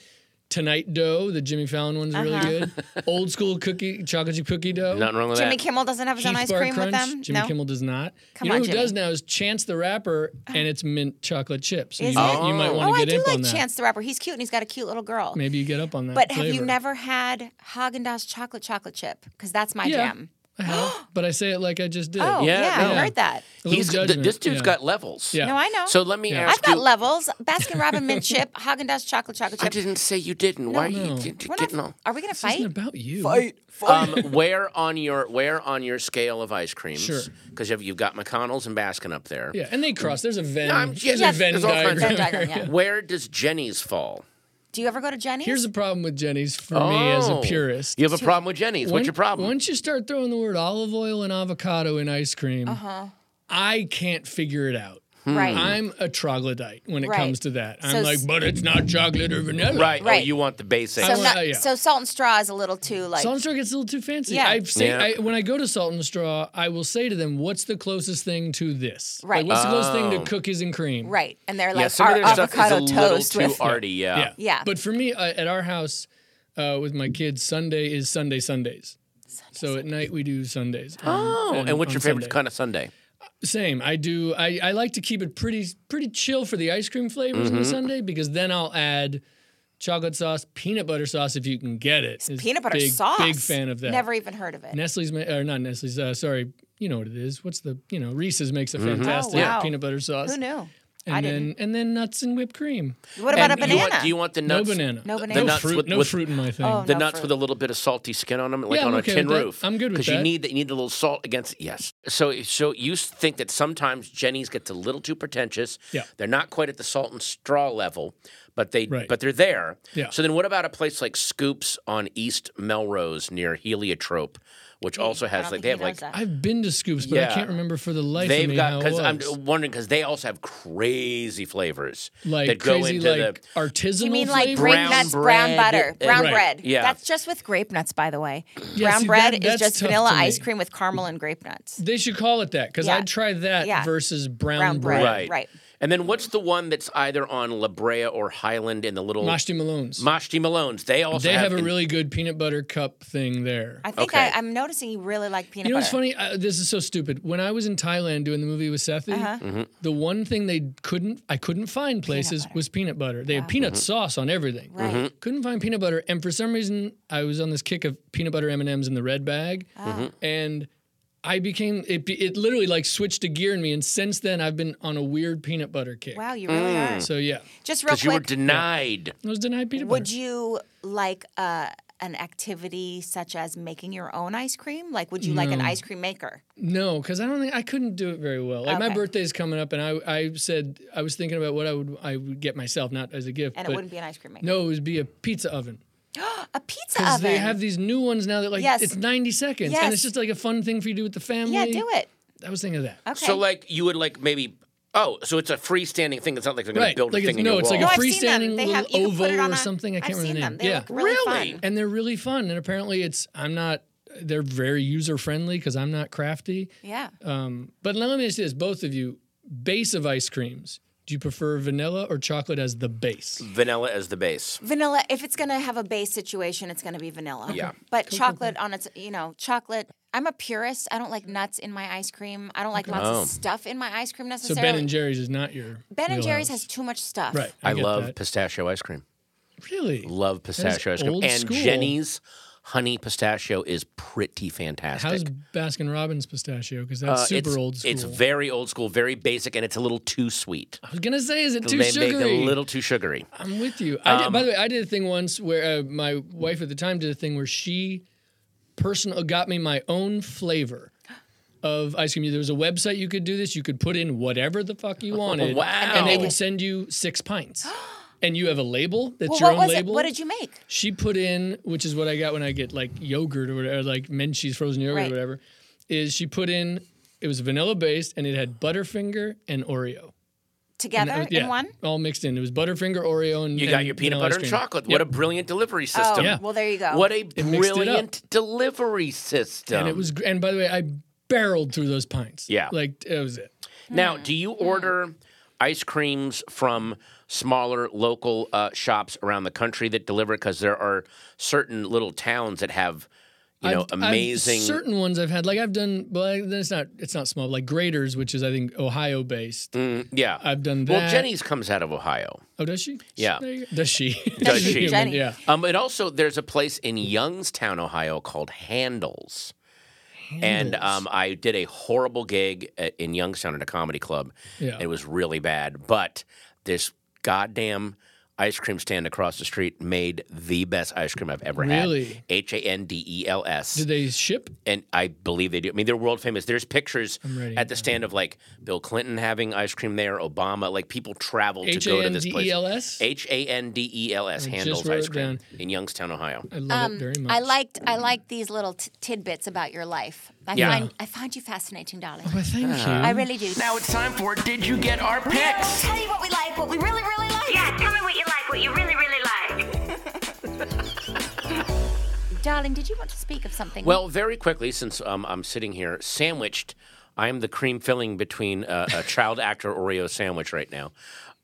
Tonight dough, the Jimmy Fallon one's really good. Old school cookie, chocolate chip cookie dough.
Nothing wrong with
Jimmy
that.
Kimmel doesn't have his own
Heath
ice
Bar
cream
Crunch.
with them.
Jimmy
no.
Kimmel does not.
Come
you know
on,
who
Jimmy. Uh-huh.
does now is Chance the Rapper, and it's mint chocolate chip. So you
Is
might,
it?
you might want
Oh,
to
I
get
do
up on
like
that.
Chance the Rapper. He's cute and he's got a cute little girl.
Maybe you get up on that.
But have you
flavor.
never had Haagen Dazs chocolate chocolate chip? Because that's my
Yeah.
jam.
I have, but I say it like I just did.
Oh
Yeah,
yeah,
no.
I heard that.
A little
He's th-
judgment,
this dude's
yeah.
got levels.
Yeah.
No, I know.
So let me
Yeah.
ask
I've got
you.
levels. Baskin Robbins mint chip, Haagen Dazs chocolate chocolate
I
chip.
didn't say you didn't. Why are you
No.
get-
We're
getting
not,
all?
are we gonna
This
fight?
isn't about you.
Um, where on your where on your scale of ice creams?
Sure.
Because you've, you've got McConnell's and Baskin up there.
Yeah, and they cross. There's a Venn.
I'm- yeah,
there's a
there's-
Venn
there's all kinds of-
diagram.
Venn diagram, yeah.
Where does Jenny's fall?
Do you ever go to Jenny's?
Here's the problem with Jenny's for me as a
Oh.
purist.
You have a problem with Jenny's.
Once-
What's your problem?
Once you start throwing the word olive oil and avocado in ice cream,
Uh-huh.
I can't figure it out.
Hmm.
right.
I'm a Hmm. troglodyte when it
Right.
comes to that. I'm
So
like,
s-
but it's not chocolate or vanilla.
right. Oh,
Right.
you want the basics.
I
so,
want-
not-
uh, yeah.
so salt and straw is a little too like.
Salt and straw gets a little too fancy.
Yeah.
I've say,
Yeah.
I, when I go to Salt and Straw, I will say to them, "What's the closest thing to this? Like,
Right.
what's the closest thing
Oh.
to cookies and cream?
right, and they're
yeah,
like
some of
our
their stuff is a
avocado
little
toast
too
with.
arty. Yeah.
Yeah.
Yeah.
But for me, I, at our house uh, with my kids, Sunday is Sunday Sundays. so at night we do Sundays.
Oh, and, what's
on
your favorite
Sunday.
kind of Sunday?
Same. I do. I, I like to keep it pretty pretty chill for the ice cream flavors
Mm-hmm.
on the Sunday because then I'll add chocolate sauce, peanut butter sauce if you can get it. Is
Peanut butter
big,
sauce.
Big fan of that.
Never even heard of it.
Nestle's ma- or not Nestle's. Uh, sorry, you know what it is. What's the you know Reese's makes a
Mm-hmm.
fantastic
Oh, wow.
peanut butter sauce.
Who knew?
And
I
then
didn't.
and then nuts and whipped cream.
What about
And
a
Do you
banana?
want- do you want the
No
nuts?
banana.
No banana.
No
The
nuts
fruit.
with-
no
with-
fruit in my thing.
Oh,
The
no
nuts
fruit.
with a little bit of salty skin on them, like
Yeah,
on
I'm
a
okay
tin
with that.
roof.
I'm good with
Because you
that.
need that. You need a little salt against. Yes. So so you think that sometimes Jenny's gets a little too pretentious.
Yeah.
They're not quite at the salt and straw level, but they
Right.
but they're there.
Yeah.
So then what about a place like Scoops on East Melrose near Heliotrope, which also
I
has
don't
like
think
they
he
have like
knows that.
I've been to Scoops, but
Yeah.
I can't remember for the life of
They've
me
got
how it
because I'm
was.
wondering because they also have crazy flavors
like
that go
crazy,
into the
like artisanal.
You mean like
flavor?
grape
Brown
nuts,
bread.
brown butter, brown
Right.
bread?
Yeah.
that's just with grape nuts, by the way.
Yeah,
brown
see,
bread
that-
is
that's
just
tough
vanilla
to me.
ice cream with caramel and grape nuts.
They should call it that because
Yeah.
I'd try that
Yeah.
versus brown,
Brown bread.
bread.
right
right.
And then what's the one that's either on La Brea or Highland in the little
Mashti Malone's.
Mashti Malone's? They also
they have,
in-
a really good peanut butter cup thing there.
I think
Okay.
I, I'm noticing you really like peanut
you know
butter.
what's funny? Uh, this is so stupid. When I was in Thailand doing the movie with Sethi,
Uh-huh.
the one thing they couldn't, I couldn't find places was peanut butter. They had peanut sauce on everything.
Right.
Couldn't find peanut butter, and for some reason, I was on this kick of peanut butter M and M's in the red bag,
Ah.
and I became it. be- It literally like switched a gear in me, and since then, I've been on a weird peanut butter kick.
Wow, you really are.
So yeah,
Just real
because you were
quick,
denied.
I was denied peanut butter.
would you like uh, an activity such as making your own ice cream? Like, would you like an ice cream maker?
No, because I don't think I couldn't do it very well. Like my
Okay.
birthday's coming up, and I I said I was thinking about what I would I would get myself, not as a gift.
And
but
it wouldn't be an ice cream maker.
No, it would be a pizza oven
A pizza
because
oven.
they have these new ones now that like
Yes.
it's ninety seconds, and
Yes.
it's just like a fun thing for you to do with the family.
yeah, do it.
I was thinking of that.
Okay.
So like you would like maybe oh so it's a freestanding thing. It's not like they're going to
Right,
build
like
a
it's,
thing in
no,
your
it's
wall.
no,
like a
I've seen them.
freestanding
They have
little
you can put it
oval
on
or
a-
something. I can't
I've
remember
seen
the
them.
name.
They
yeah,
look really,
Really?
fun.
and they're really fun, and apparently it's I'm not. They're very user friendly because I'm not crafty.
Yeah.
Um, but let me ask you this: both of you, base of ice creams. Do you prefer vanilla or chocolate as the base?
vanilla as the base.
vanilla. If it's gonna have a base situation, it's gonna be vanilla.
Yeah.
But chocolate on its, you know, chocolate. I'm a purist. I don't like nuts in my ice cream. I don't like lots
Oh.
of stuff in my ice cream
So
necessarily.
Ben and Jerry's is not your
Ben and Jerry's
wheelhouse.
has too much stuff.
right.
I,
get
love
that.
pistachio ice cream.
Really?
Love pistachio ice cream.
old
And
school.
Jenny's honey pistachio is pretty fantastic.
How's Baskin Robbins pistachio? Because that's
Uh,
super
it's,
old school.
It's very old school, very basic, and it's a little too sweet.
I was gonna say, is it too
they
sugary?
make it a little too sugary.
I'm with you. I
Um,
did, by the way, I did a thing once where uh, my wife at the time did a thing where she personal got me my own flavor of ice cream. There was a website you could do this. You could put in whatever the fuck you wanted.
Wow.
And they would send you six pints. and you have a label that's
Well,
your
what
own
was
label.
it? What did you make?
She put in, which is what I got when I get like yogurt or whatever, like Menchie's frozen yogurt or
Right.
whatever, is she put in, it was vanilla based and it had Butterfinger and Oreo. And
Together
that was- yeah,
in one?
All mixed in. It was Butterfinger, Oreo, and
You
and
got your peanut
vanilla
butter
ice
and
cream.
chocolate. What a brilliant delivery system.
Oh, well, there you go.
What a
mixed it up.
brilliant delivery system.
And it was, gr- and by the way, I barreled through those pints.
Yeah.
like that was it.
Now,
Mm,
do you order ice creams from smaller local uh, shops around the country that deliver? Because there are certain little towns that have, you know,
I've- I've-
amazing.
certain ones I've had, like I've done, but I- then it's not, it's not small. Like Graders, which is I think Ohio based.
Mm, yeah,
I've done
Well,
that.
Jenny's comes out of Ohio.
Oh, does she?
Yeah.
There you go. does she?
Does she?
Human,
Jenny.
Yeah.
Um, and also, there's a place in Youngstown, Ohio called Handles. And um, I did a horrible gig at, in Youngstown at a comedy club.
Yeah.
It was really bad. But this goddamn ice cream stand across the street made the best ice cream I've ever had.
Really?
H A N D E L S
Did they ship?
and I believe they do. I mean, they're world famous. There's pictures
ready
at the stand of like Bill Clinton having ice cream there, Obama. Like people travel to
H
go
A
to
N
this
D
place.
E L S.
H A N D E L S
I just
handles
wrote
ice
it
cream
down.
in Youngstown, Ohio.
I love
Um,
it very much.
I liked I liked these little t- tidbits about your life. I
Yeah.
find I find you fascinating, darling.
Well, thank
Ah.
you.
I really do.
Now it's time for Did You Get Our Picks?
tell you what we like, what we really really like.
Yeah, tell me what you like, what you really, really like.
Darling, did you want to speak of something?
Well, very quickly, since um, I'm sitting here sandwiched, I am the cream filling between uh, a child actor Oreo sandwich right now.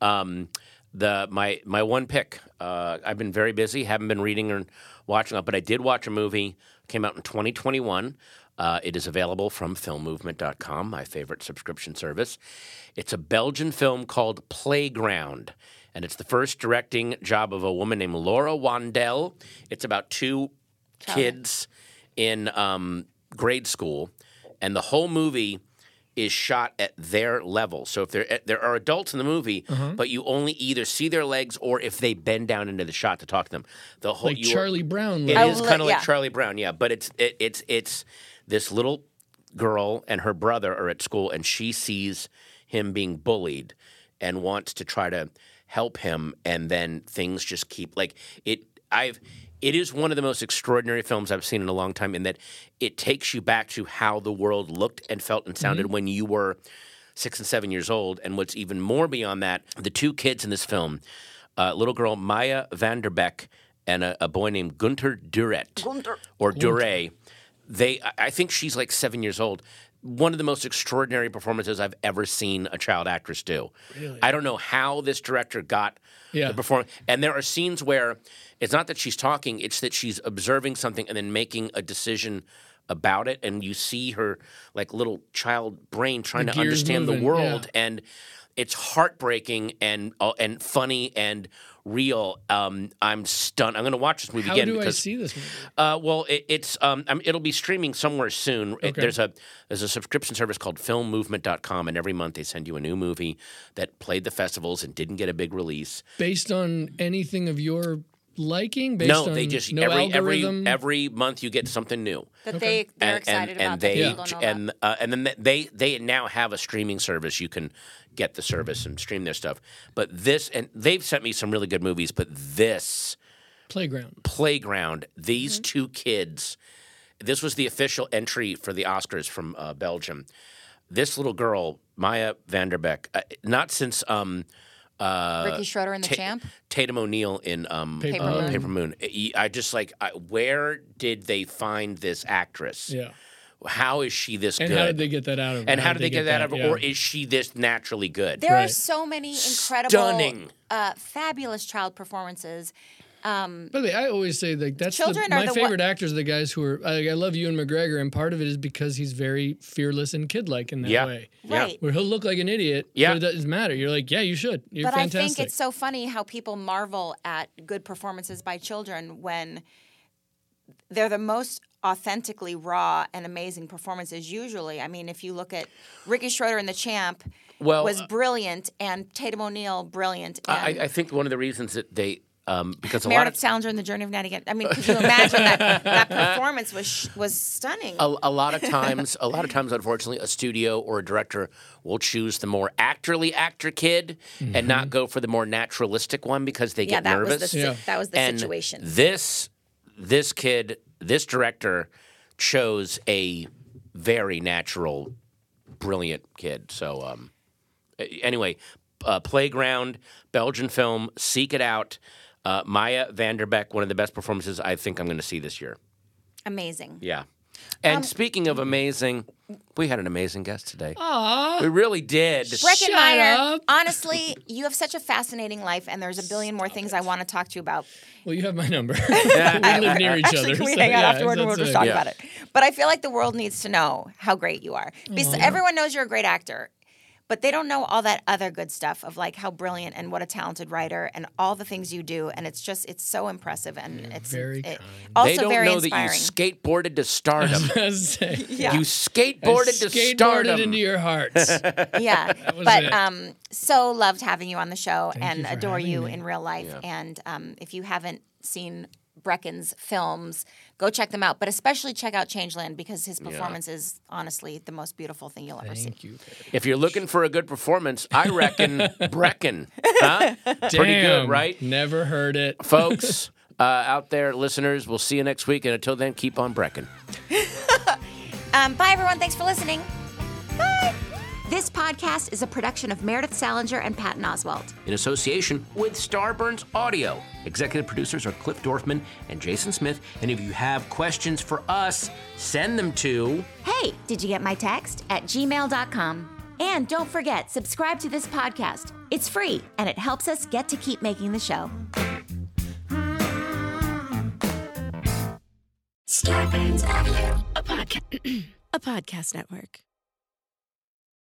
Um, the my my one pick. Uh, I've been very busy, haven't been reading or watching a lot, but I did watch a movie. Came out in 2021. Uh, it is available from filmmovement.com, my favorite subscription service. It's a Belgian film called Playground, and it's the first directing job of a woman named Laura Wandel. It's about two kids in um, grade school, and the whole movie is shot at their level. So if there eh, there are adults in the movie,
Mm-hmm.
but you only either see their legs or if they bend down into the shot to talk to them. The whole
like
you are-
Charlie Brown.
it
like-
is
will-
kind of like
yeah.
Charlie Brown, yeah. But it's it, it's it's this little girl and her brother are at school, and she sees him being bullied and wants to try to help him, and then things just keep like it. I've it is one of the most extraordinary films I've seen in a long time, in that it takes you back to how the world looked and felt and sounded when you were six and seven years old. And what's even more beyond that, the two kids in this film, uh, little girl Maya Vanderbeck and a, a boy named Gunter Duret or Dure, they I- I think she's like seven years old. One of the most extraordinary performances I've ever seen a child actress do. Really? I don't know how this director got
Yeah.
the performance. And there are scenes where it's not that she's talking, it's that she's observing something and then making a decision about it. And you see her like little child brain trying to
gears
understand the
moving,
world
yeah.
and it's heartbreaking and uh, and funny and real. Um, I'm stunned. I'm going to watch this movie
How
again
do I
because
see this movie?
uh, well, it, it's um, I mean, it'll be streaming somewhere soon. It- there's a there's a subscription service called FilmMovement.com, and every month they send you a new movie that played the festivals and didn't get a big release.
Based on anything of your liking? Based
no,
on
they just
no
every
algorithm?
every every month you get something new.
that they they're excited about
and
that
they
people don't know about.
and uh, and then they they now have a streaming service. You can get the service and stream their stuff. But this and they've sent me some really good movies. But this
playground.
playground, these two kids. This was the official entry for the Oscars from uh, Belgium. This little girl, Maya Vanderbeck, uh, not since um,
Ricky Schroeder and the
Ta-
Champ.
Tatum O'Neill in um,
Paper
uh,
Moon.
Paper Moon. I- I just like, I, where did they find this actress?
Yeah.
How is she this
And
good?
how did they get that out of?
and how did they get, that out of?
yeah.
Or is she this naturally good?
There are
Right.
so many incredible,
Stunning.
uh, fabulous child performances.
By the way, I always say like that's the,
Children are
my
the one-
favorite actors are the guys who are. Like, I love Ewan McGregor, and part of it is because he's very fearless and kid-like in that
Yeah.
way.
Yeah.
Right.
Where he'll look like an idiot.
Yeah.
but it doesn't matter. You're like, yeah, you should. You're
but
fantastic.
I think it's so funny how people marvel at good performances by children when they're the most authentically raw and amazing performances usually. I mean, if you look at Ricky Schroeder in The Champ
Well,
was
uh,
brilliant and Tatum O'Neal brilliant
I,
and
I think one of the reasons that they um, because a lot
Meredith
of
Salinger in The Journey of Nantigan. I mean, could you imagine that that performance was sh- was stunning.
a, a lot of times, a lot of times, unfortunately, a studio or a director will choose the more actorly actor kid and not go for the more naturalistic one because they
yeah,
get
that
nervous.
was the si-
Yeah.
that was the
and
situation.
This this kid, this director, chose a very natural, brilliant kid. So um, a- anyway, uh, playground Belgian film, seek it out. Uh, Maya Vanderbeck, one of the best performances I think I'm going to see this year.
amazing.
Yeah.
Um,
And speaking of amazing, we had an amazing guest today.
Oh.
We really did.
Breckenmeyer,
up.
honestly, you have such a fascinating life, and there's a billion more things I want to talk to you about.
well, you have my number. we live near each
Actually,
other.
can we
so,
hang out
yeah,
afterward and we'll
that's
just
it.
talk
Yeah.
about it? But I feel like the world needs to know how great you are.
Oh,
Because everyone knows you're a great actor, but they don't know all that other good stuff of like how brilliant and what a talented writer and all the things you do. And it's just it's so impressive and it's
very
it-
kind.
also
They don't
very
know
inspiring.
that you skateboarded to stardom.
I was saying,
yeah.
You skateboarded, to stardom.
skateboarded into your hearts.
yeah.
was
But
it.
um, so loved having you on the show and
you for
adore
having
you
me.
in real life. And um, if you haven't seen Brecken's films, go check them out. But especially check out Changeland because his performance is honestly the most beautiful thing you'll ever see.
Thank you.
if you're looking for a good performance, I reckon Brecken. Huh? Pretty good,
Damn,
right?
Never heard it.
Folks uh, out there, listeners, we'll see you next week. And until then, keep on Brecken.
Um, bye, everyone. Thanks for listening. Bye. This podcast is a production of Meredith Salinger and Patton Oswalt.
in association with Starburns Audio. Executive producers are Cliff Dorfman and Jason Smith. And if you have questions for us, send them to.
Hey, did you get my text? At gmail.com. And don't forget, subscribe to this podcast. It's free and it helps us get to keep making the show.
Starburns Audio, a podcast, a podcast network.